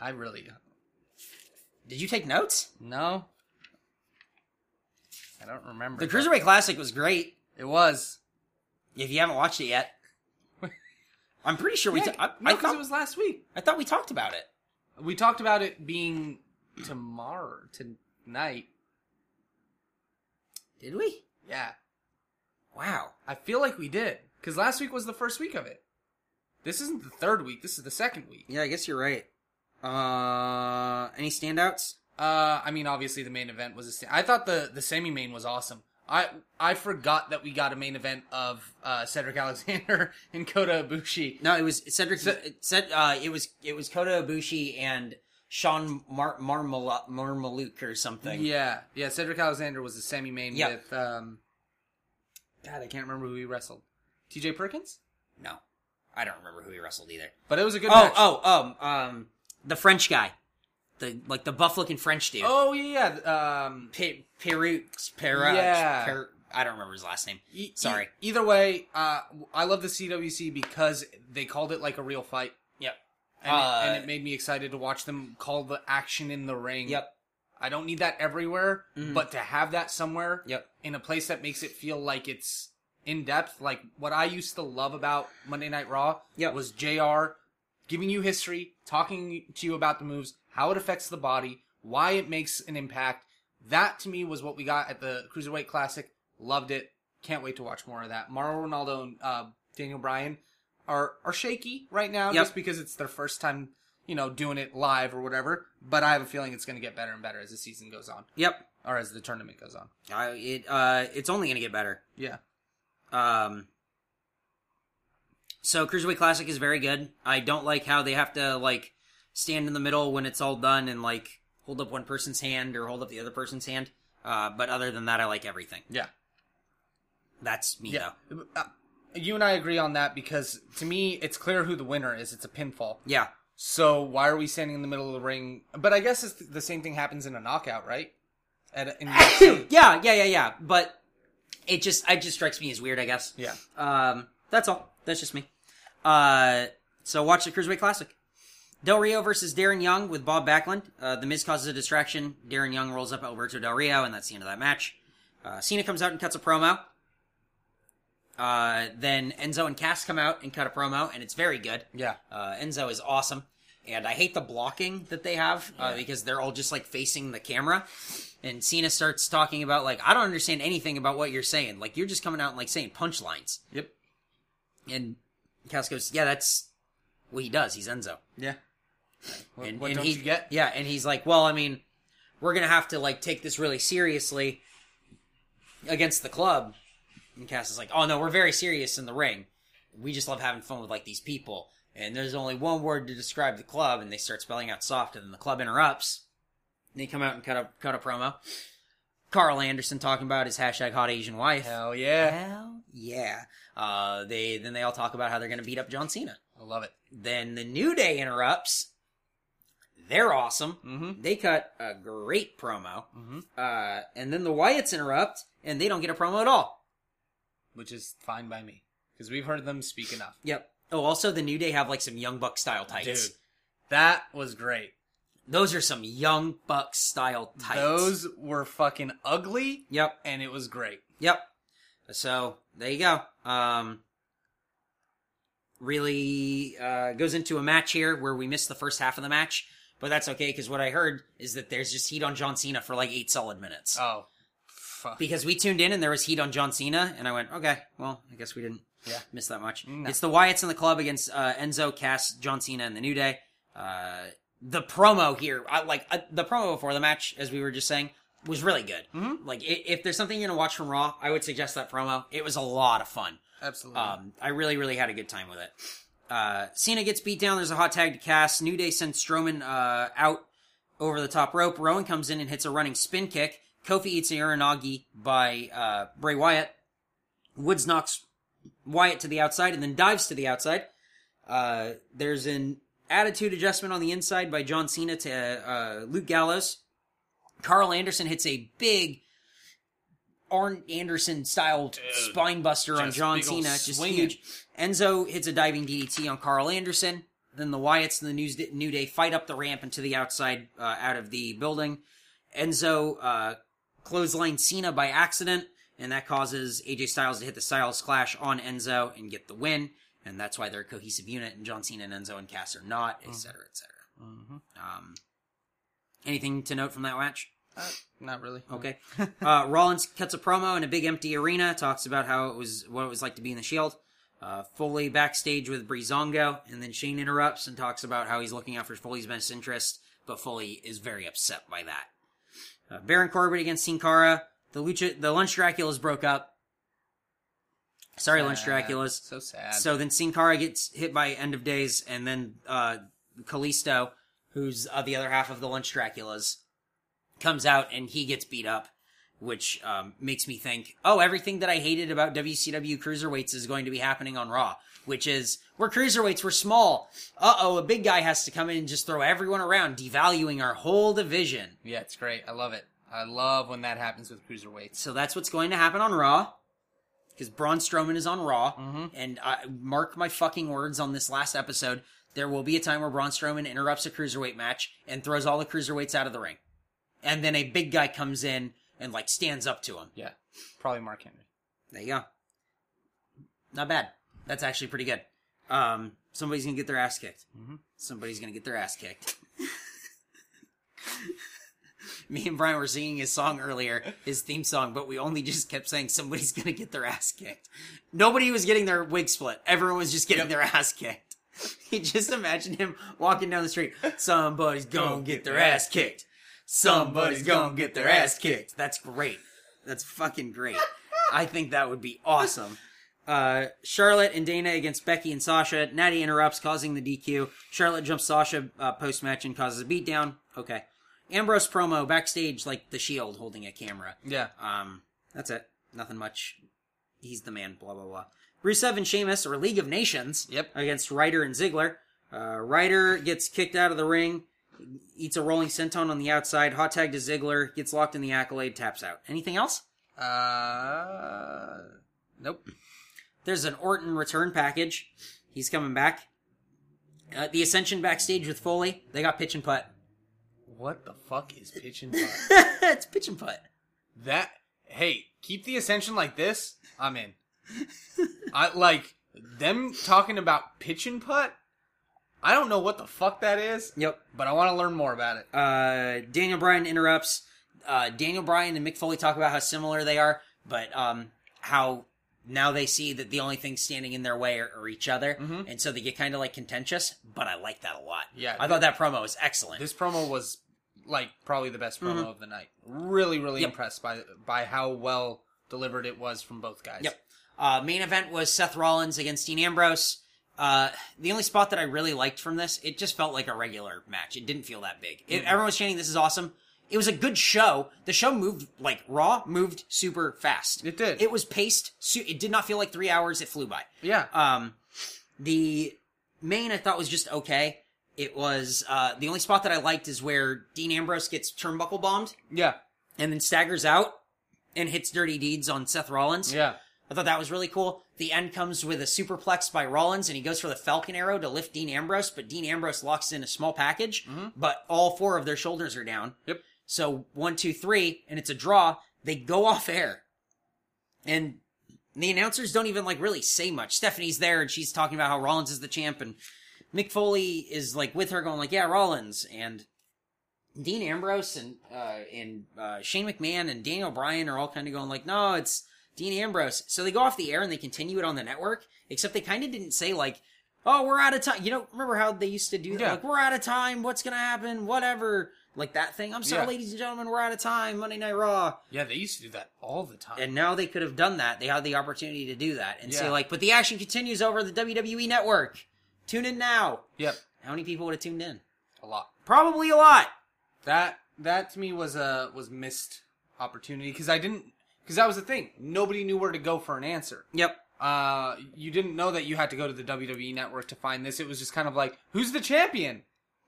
[SPEAKER 2] I really don't.
[SPEAKER 3] Did you take notes?
[SPEAKER 2] No. I don't remember.
[SPEAKER 3] The Cruiserweight Classic was great.
[SPEAKER 2] It was.
[SPEAKER 3] If you haven't watched it yet, I'm pretty sure we.
[SPEAKER 2] Yeah,
[SPEAKER 3] ta- I,
[SPEAKER 2] no,
[SPEAKER 3] I
[SPEAKER 2] 'cause
[SPEAKER 3] thought
[SPEAKER 2] it was last week.
[SPEAKER 3] I thought we talked about it.
[SPEAKER 2] We talked about it being tomorrow, tonight.
[SPEAKER 3] Did we?
[SPEAKER 2] Yeah.
[SPEAKER 3] Wow.
[SPEAKER 2] I feel like we did. Because last week was the first week of it. This isn't the third week. This is the second week.
[SPEAKER 3] Yeah, I guess you're right. Uh, any standouts?
[SPEAKER 2] Uh, I mean, obviously the main event was. A sta- I thought the the semi main was awesome. I I forgot that we got a main event of uh, Cedric Alexander and Kota Ibushi.
[SPEAKER 3] No, it was Cedric. it said uh, it was it was Kota Ibushi and Sean Mar- Marmala- Marmaluke or something.
[SPEAKER 2] Yeah, yeah. Cedric Alexander was the semi main
[SPEAKER 3] Yeah.
[SPEAKER 2] with um. God, I can't remember who he wrestled. T.J. Perkins,
[SPEAKER 3] No, I don't remember who he wrestled either.
[SPEAKER 2] but it was a good
[SPEAKER 3] Oh,
[SPEAKER 2] match.
[SPEAKER 3] oh, um, um, the French guy, the like the buff looking French dude.
[SPEAKER 2] oh, yeah, yeah. Um,
[SPEAKER 3] Pe- Perukes, Peruch,
[SPEAKER 2] Yeah.
[SPEAKER 3] Per- I don't remember his last name.
[SPEAKER 2] e-
[SPEAKER 3] Sorry.
[SPEAKER 2] e- either way, uh, I love the CWC because they called it like a real fight.
[SPEAKER 3] Yep.
[SPEAKER 2] And,
[SPEAKER 3] Uh,
[SPEAKER 2] it, and it made me excited to watch them call the action in the ring.
[SPEAKER 3] Yep.
[SPEAKER 2] I don't need that everywhere, but to have that somewhere
[SPEAKER 3] Yep.
[SPEAKER 2] in a place that makes it feel like it's in depth, like what I used to love about Monday Night Raw
[SPEAKER 3] Yep.
[SPEAKER 2] was JR giving you history, talking to you about the moves, how it affects the body, why it makes an impact. That to me was what we got at the Cruiserweight Classic. Loved it. Can't wait to watch more of that. Mauro Ronaldo and uh, Daniel Bryan are are shaky right now
[SPEAKER 3] Yep.
[SPEAKER 2] just because it's their first time, you know, doing it live or whatever. But I have a feeling it's going to get better and better as the season goes on
[SPEAKER 3] Yep.
[SPEAKER 2] or as the tournament goes on.
[SPEAKER 3] I, it uh, it's only gonna get better.
[SPEAKER 2] Yeah.
[SPEAKER 3] Um, so Cruiserweight Classic is very good. I don't like how they have to like stand in the middle when it's all done and like hold up one person's hand or hold up the other person's hand. Uh, but other than that, I like everything.
[SPEAKER 2] Yeah.
[SPEAKER 3] That's me
[SPEAKER 2] Yeah.
[SPEAKER 3] though.
[SPEAKER 2] Uh, you and I agree on that because to me, it's clear who the winner is. It's a pinfall.
[SPEAKER 3] Yeah.
[SPEAKER 2] So why are we standing in the middle of the ring? But I guess it's the same thing happens in a knockout, right? At a, in
[SPEAKER 3] yeah, yeah, yeah, yeah. But it just it just strikes me as weird, I guess.
[SPEAKER 2] Yeah.
[SPEAKER 3] Um, that's all. That's just me. Uh, so watch the Cruiserweight Classic. Del Rio versus Darren Young with Bob Backlund. Uh, the Miz causes a distraction. Darren Young rolls up Alberto Del Rio, and that's the end of that match. Uh, Cena comes out and cuts a promo. Uh, then Enzo and Cass come out and cut a promo, and it's very good.
[SPEAKER 2] yeah,
[SPEAKER 3] Uh, Enzo is awesome, and I hate the blocking that they have uh, because they're all just like facing the camera. And Cena starts talking about like I don't understand anything about what you're saying. Like you're just coming out and like saying punchlines.
[SPEAKER 2] yep,
[SPEAKER 3] And Cass goes, "Yeah, that's what he does. He's Enzo."
[SPEAKER 2] yeah. What,
[SPEAKER 3] and,
[SPEAKER 2] what
[SPEAKER 3] and
[SPEAKER 2] don't
[SPEAKER 3] he,
[SPEAKER 2] you get?
[SPEAKER 3] Yeah, and he's like, "Well, I mean, we're gonna have to like take this really seriously against the club." And Cass is like, "Oh no, we're very serious in the ring. We just love having fun with like these people." And there's only one word to describe the club, and they start spelling out soft, and then the club interrupts. And they come out and cut a cut a promo. Carl Anderson talking about his hashtag hot Asian wife.
[SPEAKER 2] Hell yeah,
[SPEAKER 3] Hell yeah. Uh, they then they all talk about how they're gonna beat up John Cena.
[SPEAKER 2] I love it.
[SPEAKER 3] Then the New Day interrupts. They're awesome.
[SPEAKER 2] Mm-hmm.
[SPEAKER 3] They cut a great promo.
[SPEAKER 2] Mhm.
[SPEAKER 3] Uh, and then the Wyatts interrupt, and they don't get a promo at all.
[SPEAKER 2] Which is fine by me because we've heard them speak enough.
[SPEAKER 3] Yep. Oh, also the New Day have like some Young Buck style tights.
[SPEAKER 2] Dude, that was great.
[SPEAKER 3] Those are some Young Buck style tights.
[SPEAKER 2] Those were fucking ugly,
[SPEAKER 3] Yep.
[SPEAKER 2] and it was great.
[SPEAKER 3] Yep. So there you go. Um, really uh, goes into a match here where we missed the first half of the match, but that's okay because what I heard is that there's just heat on John Cena for like eight solid minutes.
[SPEAKER 2] Oh, fuck.
[SPEAKER 3] because we tuned in and there was heat on John Cena, and I went, okay, well, I guess we didn't
[SPEAKER 2] Yeah.
[SPEAKER 3] miss that much.
[SPEAKER 2] No.
[SPEAKER 3] It's the Wyatts in the club against uh, Enzo, Cass, John Cena, and the New Day. Uh, the promo here, I, like uh, the promo before the match, as we were just saying, was really good.
[SPEAKER 2] Mhm.
[SPEAKER 3] Like, i- if there's something you're gonna watch from Raw, I would suggest that promo. It was a lot of fun.
[SPEAKER 2] Absolutely.
[SPEAKER 3] Um, I really, really had a good time with it. Uh, Cena gets beat down. There's a hot tag to Cass. New Day sends Strowman uh, out over the top rope. Rowan comes in and hits a running spin kick. Kofi eats an Uranagi by uh, Bray Wyatt. Woods knocks Wyatt to the outside and then dives to the outside. Uh, there's an attitude adjustment on the inside by John Cena to uh, Luke Gallows. Carl Anderson hits a big Arn Anderson style spine buster on
[SPEAKER 2] just
[SPEAKER 3] John
[SPEAKER 2] big ol'
[SPEAKER 3] Cena, just
[SPEAKER 2] swinging.
[SPEAKER 3] huge. Enzo hits a diving DDT on Carl Anderson. Then the Wyatts and the News New Day fight up the ramp and to the outside, uh, out of the building. Enzo uh, clothesline Cena by accident, and that causes AJ Styles to hit the Styles Clash on Enzo and get the win. And that's why they're a cohesive unit, and John Cena and Enzo and Cass are not,
[SPEAKER 2] Mm.
[SPEAKER 3] et cetera, et cetera.
[SPEAKER 2] Mhm.
[SPEAKER 3] Um, anything to note from that match?
[SPEAKER 2] Not really.
[SPEAKER 3] Okay. uh, Rollins cuts a promo in a big empty arena, talks about how it was what it was like to be in the Shield. Uh, Foley backstage with Breezango, and then Shane interrupts and talks about how he's looking out for Foley's best interest, but Foley is very upset by that. Uh, Baron Corbin against Sin Cara. The Lucha, the Lunch Draculas broke up. Sorry, Lunch
[SPEAKER 2] Sad.
[SPEAKER 3] Draculas.
[SPEAKER 2] So sad.
[SPEAKER 3] So then Sin Cara gets hit by End of Days, and then uh, Kalisto, who's uh, the other half of the Lunch Draculas, comes out and he gets beat up, which um, makes me think, oh, everything that I hated about WCW cruiserweights is going to be happening on Raw, which is we're cruiserweights, we're small. Uh oh, a big guy has to come in and just throw everyone around, devaluing our whole division.
[SPEAKER 2] Yeah, it's great. I love it. I love when that happens with cruiserweights.
[SPEAKER 3] So that's what's going to happen on Raw. Because Braun Strowman is on Raw.
[SPEAKER 2] Mhm.
[SPEAKER 3] And I, mark my fucking words on this last episode. There will be a time where Braun Strowman interrupts a cruiserweight match and throws all the cruiserweights out of the ring. And then a big guy comes in and, like, stands up to him.
[SPEAKER 2] Yeah, probably Mark Henry.
[SPEAKER 3] There you go. Not bad. That's actually pretty good. Um, somebody's going to get their ass kicked.
[SPEAKER 2] Mhm.
[SPEAKER 3] Somebody's going to get their ass kicked. Me and Brian were singing his song earlier, his theme song, but we only just kept saying somebody's going to get their ass kicked. Nobody was getting their wig split. Everyone was just getting their ass kicked. You just imagine him walking down the street. Somebody's going to get their ass kicked. Somebody's going to get their ass kicked. That's great. That's fucking great. I think that would be awesome. Uh, Charlotte and Dana against Becky and Sasha. Natty interrupts, causing the DQ. Charlotte jumps Sasha uh, post match and causes a beatdown. Okay. Ambrose promo backstage, like the Shield holding a camera.
[SPEAKER 2] Yeah,
[SPEAKER 3] Um, that's it. Nothing much. He's the man. Blah blah blah. Rusev and Sheamus or League of Nations.
[SPEAKER 2] Yep.
[SPEAKER 3] Against Ryder and Ziggler. Uh, Ryder gets kicked out of the ring. Eats a rolling senton on the outside. Hot tag to Ziggler. Gets locked in the accolade. Taps out. Anything else?
[SPEAKER 2] Uh, nope.
[SPEAKER 3] There's an Orton return package. He's coming back. Uh, the Ascension backstage with Foley. They got pitch and putt.
[SPEAKER 2] What the fuck is pitch and putt?
[SPEAKER 3] it's pitch and putt.
[SPEAKER 2] that hey, keep the ascension like this. I'm in. I like them talking about pitch and putt. I don't know what the fuck that is,
[SPEAKER 3] Yep.
[SPEAKER 2] but I want to learn more about it.
[SPEAKER 3] Uh, Daniel Bryan interrupts. Uh, Daniel Bryan and Mick Foley talk about how similar they are, but um, how now they see that the only things standing in their way are, are each other,
[SPEAKER 2] Mhm.
[SPEAKER 3] and so they get kind of like contentious. But I like that a lot.
[SPEAKER 2] Yeah,
[SPEAKER 3] I thought that promo was excellent.
[SPEAKER 2] This promo was like probably the best promo of the night. Really, really
[SPEAKER 3] Mm-hmm. Yep.
[SPEAKER 2] impressed by by how well delivered it was from both guys.
[SPEAKER 3] Yep. Uh, main event was Seth Rollins against Dean Ambrose. Uh, the only spot that I really liked from this, it just felt like a regular match. It didn't feel that big.
[SPEAKER 2] Mm-hmm.
[SPEAKER 3] It, everyone was chanting, "This is awesome." It was a good show. The show moved like Raw moved super fast.
[SPEAKER 2] It did.
[SPEAKER 3] It was paced. Su- it did not feel like three hours. It flew by.
[SPEAKER 2] Yeah.
[SPEAKER 3] Um, the main I thought was just okay. It was uh, the only spot that I liked is where Dean Ambrose gets turnbuckle bombed
[SPEAKER 2] yeah.
[SPEAKER 3] and then staggers out and hits dirty deeds on Seth Rollins.
[SPEAKER 2] Yeah.
[SPEAKER 3] I thought that was really cool. The end comes with a superplex by Rollins, and he goes for the Falcon Arrow to lift Dean Ambrose, but Dean Ambrose locks in a small package, but all four of their shoulders are down.
[SPEAKER 2] Yep.
[SPEAKER 3] So one, two, three, and it's a draw. They go off air. And the announcers don't even like really say much. Stephanie's there and she's talking about how Rollins is the champ and Mick Foley is like with her going like, yeah, Rollins and Dean Ambrose and, uh, and, uh, Shane McMahon and Daniel Bryan are all kind of going like, no, it's Dean Ambrose. So they go off the air and they continue it on the network, except they kind of didn't say like, oh, we're out of time. You know, remember how they used to do that?
[SPEAKER 2] Yeah.
[SPEAKER 3] Like, we're out of time. What's going to happen? Whatever. Like that thing. I'm sorry,
[SPEAKER 2] Yeah.
[SPEAKER 3] ladies and gentlemen, we're out of time. Monday Night Raw
[SPEAKER 2] Yeah. They used to do that all the time.
[SPEAKER 3] and now they could have done that. They had the opportunity to do that and say
[SPEAKER 2] Yeah.
[SPEAKER 3] like, but the action continues over the WWE network. Tune in now.
[SPEAKER 2] yep.
[SPEAKER 3] How many people would have tuned in?
[SPEAKER 2] A lot.
[SPEAKER 3] Probably a lot.
[SPEAKER 2] That that to me was a was missed opportunity because I didn't because that was the thing. Nobody knew where to go for an answer.
[SPEAKER 3] Yep.
[SPEAKER 2] Uh, you didn't know that you had to go to the WWE network to find this. It was just kind of like, who's the champion?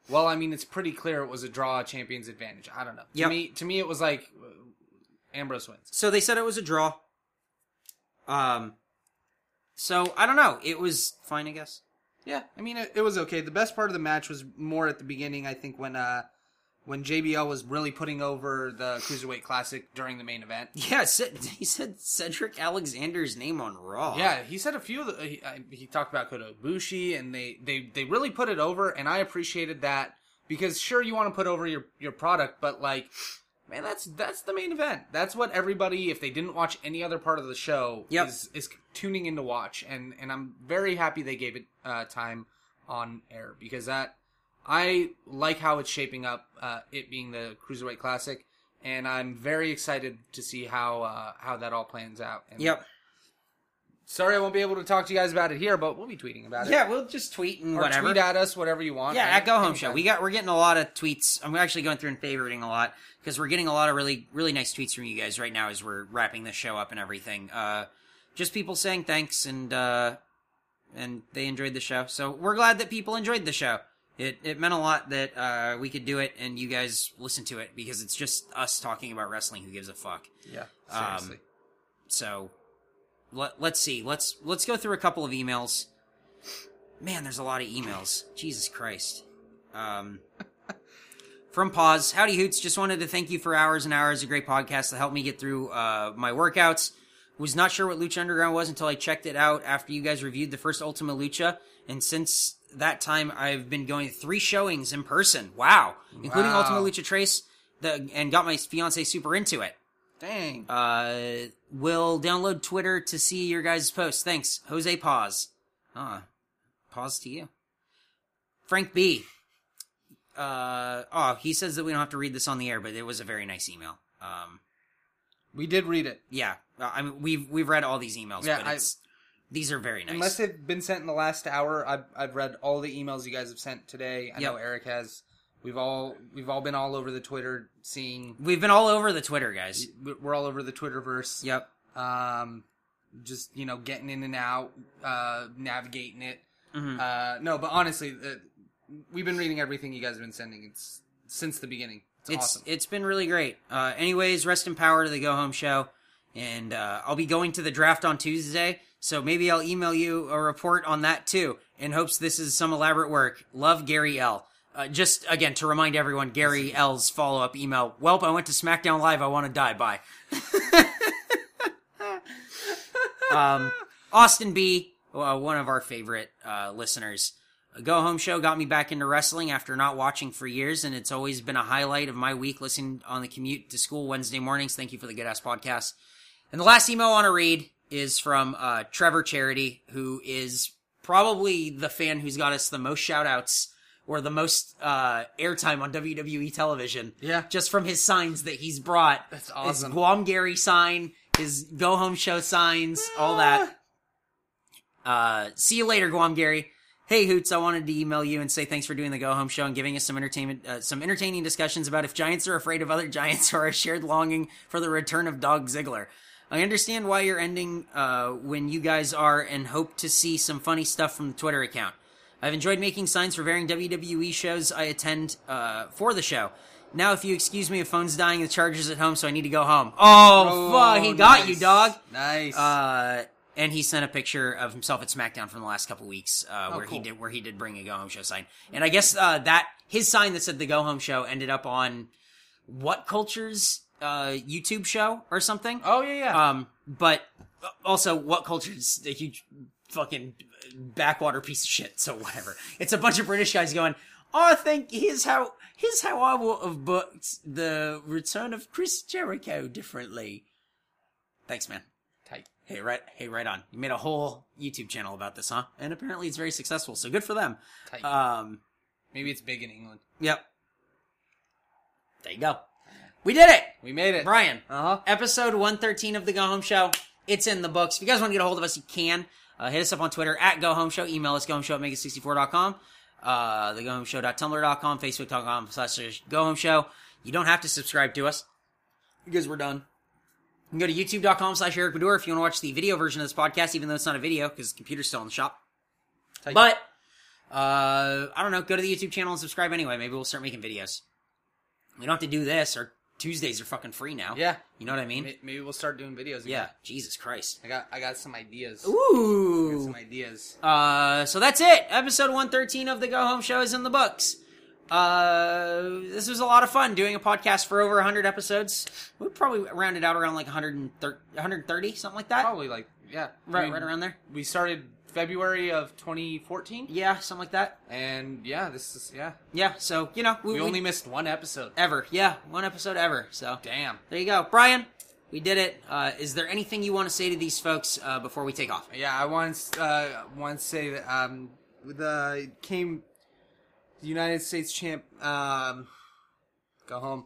[SPEAKER 2] Well, I mean, it's pretty clear it was a draw, champion's advantage. I don't know.
[SPEAKER 3] Yep.
[SPEAKER 2] To me, to me, it was like uh, Ambrose wins.
[SPEAKER 3] So they said it was a draw. Um. So I don't know. It was fine, I guess.
[SPEAKER 2] Yeah, I mean, it, it was okay. The best part of the match was more at the beginning. I think when uh, when JBL was really putting over the cruiserweight classic during the main event.
[SPEAKER 3] Yeah. Ced- He said Cedric Alexander's name on Raw.
[SPEAKER 2] Yeah, he said a few of the. He, I- he talked about Kota Ibushi, and they, they, they really put it over, and I appreciated that because sure you want to put over your, your product, but like, man, that's that's the main event. That's what everybody, if they didn't watch any other part of the show,
[SPEAKER 3] Yep.
[SPEAKER 2] is is tuning in to watch, and and I'm very happy they gave it uh, time on air because that I like how it's shaping up. Uh, it being the cruiserweight classic. And I'm very excited to see how uh, how that all plans out. And
[SPEAKER 3] Yep.
[SPEAKER 2] Sorry, I won't be able to talk to you guys about it here, but we'll be tweeting about it.
[SPEAKER 3] Yeah, we'll just tweet and
[SPEAKER 2] or
[SPEAKER 3] whatever.
[SPEAKER 2] tweet at us, whatever you want.
[SPEAKER 3] Yeah,
[SPEAKER 2] right?
[SPEAKER 3] at Go Home
[SPEAKER 2] Anytime.
[SPEAKER 3] Show, we got we're getting a lot of tweets. I'm actually going through and favoriting a lot because we're getting a lot of really really nice tweets from you guys right now as we're wrapping the show up and everything. Uh, just people saying thanks and uh, and they enjoyed the show, so we're glad that people enjoyed the show. It it meant a lot that uh, we could do it and you guys listen to it because it's just us talking about wrestling. Who gives a fuck?
[SPEAKER 2] Yeah,
[SPEAKER 3] Um,
[SPEAKER 2] seriously.
[SPEAKER 3] So let, let's see. Let's let's go through a couple of emails. Man, there's a lot of emails. Jesus Christ. Um, from pause, howdy hoots. Just wanted to thank you for hours and hours of great podcasts that helped me get through uh, my workouts. Was not sure what Lucha Underground was until I checked it out after you guys reviewed the first Ultima Lucha, and since that time I've been going to three showings in person. Wow, including
[SPEAKER 2] Wow.
[SPEAKER 3] Ultima Lucha Trace, the, and got my fiance super into it.
[SPEAKER 2] Dang.
[SPEAKER 3] Uh, will download Twitter to see your guys' posts. Thanks, Jose. Pause. Ah, pause to you, Frank B. Uh, oh, he says that we don't have to read this on the air, but it was a very nice email. Um,
[SPEAKER 2] we did read it.
[SPEAKER 3] yeah, uh, I mean we've we've read all these emails,
[SPEAKER 2] Yeah,
[SPEAKER 3] but
[SPEAKER 2] I-
[SPEAKER 3] it's, these are very nice.
[SPEAKER 2] Unless they've been sent in the last hour, I've, I've read all the emails you guys have sent today. I know
[SPEAKER 3] Yep.
[SPEAKER 2] Eric has. We've all we've all been all over the Twitter, seeing
[SPEAKER 3] we've been all over the Twitter guys.
[SPEAKER 2] we're all over the Twitterverse.
[SPEAKER 3] Yep.
[SPEAKER 2] Um, just you know, getting in and out, uh, navigating it.
[SPEAKER 3] Mhm.
[SPEAKER 2] Uh, no, but honestly, uh, we've been reading everything you guys have been sending. It's since the beginning. It's,
[SPEAKER 3] it's
[SPEAKER 2] awesome.
[SPEAKER 3] it's been really great. Uh, anyways, rest in power to the Go Home Show, and uh, I'll be going to the draft on Tuesday, so maybe I'll email you a report on that too. In hopes this is some elaborate work. Love Gary L. Uh, just again to remind everyone, Gary L's follow up email. Welp, I went to SmackDown Live. I want to die. Bye. um, Austin B, uh, one of our favorite uh, listeners. A Go Home Show got me back into wrestling after not watching for years, and it's always been a highlight of my week listening on the commute to school Wednesday mornings. Thank you for the good ass podcast. And the last email I want to read is from uh, Trevor Charity, who is probably the fan who's got us the most shout outs or the most uh, airtime on WWE television.
[SPEAKER 2] Yeah.
[SPEAKER 3] Just from his signs that he's brought.
[SPEAKER 2] That's
[SPEAKER 3] His
[SPEAKER 2] awesome.
[SPEAKER 3] Guam Gary sign, his go home show signs, all that. Uh, see you later, Guam Gary. Hey Hoots, I wanted to email you and say thanks for doing the Go Home Show and giving us some entertainment, uh, some entertaining discussions about if giants are afraid of other giants or a shared longing for the return of Dog Ziggler. I understand why you're ending uh, when you guys are, and hope to see some funny stuff from the Twitter account. I've enjoyed making signs for varying WWE shows I attend uh, for the show. Now, if you excuse me, if phone's dying, the charger's at home, so I need to go home. Oh, fuck, he got you,
[SPEAKER 2] nice.
[SPEAKER 3] dog.
[SPEAKER 2] Nice.
[SPEAKER 3] Uh, and he sent a picture of himself at SmackDown from the last couple weeks, uh, where he
[SPEAKER 2] Oh, cool.
[SPEAKER 3] did where he did bring a Go Home Show sign. And I guess uh, that his sign that said the Go Home Show ended up on What Culture's uh, YouTube show or something.
[SPEAKER 2] oh yeah, yeah.
[SPEAKER 3] Um, but also What Culture's a huge fucking backwater piece of shit. So whatever. It's a bunch of British guys going. "Oh, I think here's how here's how I would have booked the return of Chris Jericho differently. Thanks, man.
[SPEAKER 2] Tight.
[SPEAKER 3] Hey, right, hey, right on. You made a whole YouTube channel about this, huh? And apparently it's very successful, so good for them.
[SPEAKER 2] Tight.
[SPEAKER 3] Um,
[SPEAKER 2] Maybe it's big in England.
[SPEAKER 3] yep. There you go. We did it!
[SPEAKER 2] We made it.
[SPEAKER 3] Brian,
[SPEAKER 2] Uh huh.
[SPEAKER 3] episode 113 of the Go Home Show. It's in the books. If you guys want to get a hold of us, you can. Uh, hit us up on Twitter at Go Home Show. Email us, gohomeshow at mega64.com. Uh, thegohomeshow.tumblr.com, facebook.com slash Go Home Show. You don't have to subscribe to us because we're done. You can go to youtube.com slash Eric Badura if you want to watch the video version of this podcast, even though it's not a video because the computer's still in the shop.
[SPEAKER 2] Tight.
[SPEAKER 3] But, uh, I don't know. Go to the YouTube channel and subscribe anyway. Maybe we'll start making videos. We don't have to do this. Our Tuesdays are fucking free now.
[SPEAKER 2] Yeah.
[SPEAKER 3] You know what I mean?
[SPEAKER 2] May- Maybe we'll start doing videos.
[SPEAKER 3] Yeah.
[SPEAKER 2] Again.
[SPEAKER 3] Jesus Christ.
[SPEAKER 2] I got I got some ideas. I got
[SPEAKER 3] Ooh.
[SPEAKER 2] some ideas.
[SPEAKER 3] Uh, so that's it. Episode 113 of the Go Home Show is in the books. Uh, this was a lot of fun doing a podcast for over 100 episodes. We probably rounded out around like 130, 130 something like that.
[SPEAKER 2] Probably like yeah.
[SPEAKER 3] Right,
[SPEAKER 2] I mean,
[SPEAKER 3] right around there.
[SPEAKER 2] We started February of 2014.
[SPEAKER 3] Yeah, something like that.
[SPEAKER 2] And yeah, this is yeah.
[SPEAKER 3] Yeah, so you know, we,
[SPEAKER 2] We
[SPEAKER 3] we-
[SPEAKER 2] only missed one episode.
[SPEAKER 3] ever. Yeah, one episode ever. So
[SPEAKER 2] Damn.
[SPEAKER 3] there you go, Brian. We did it. Uh, is there anything you want to say to these folks uh, before we take off?
[SPEAKER 2] Yeah, I once uh once say that um the came United States champ um go home.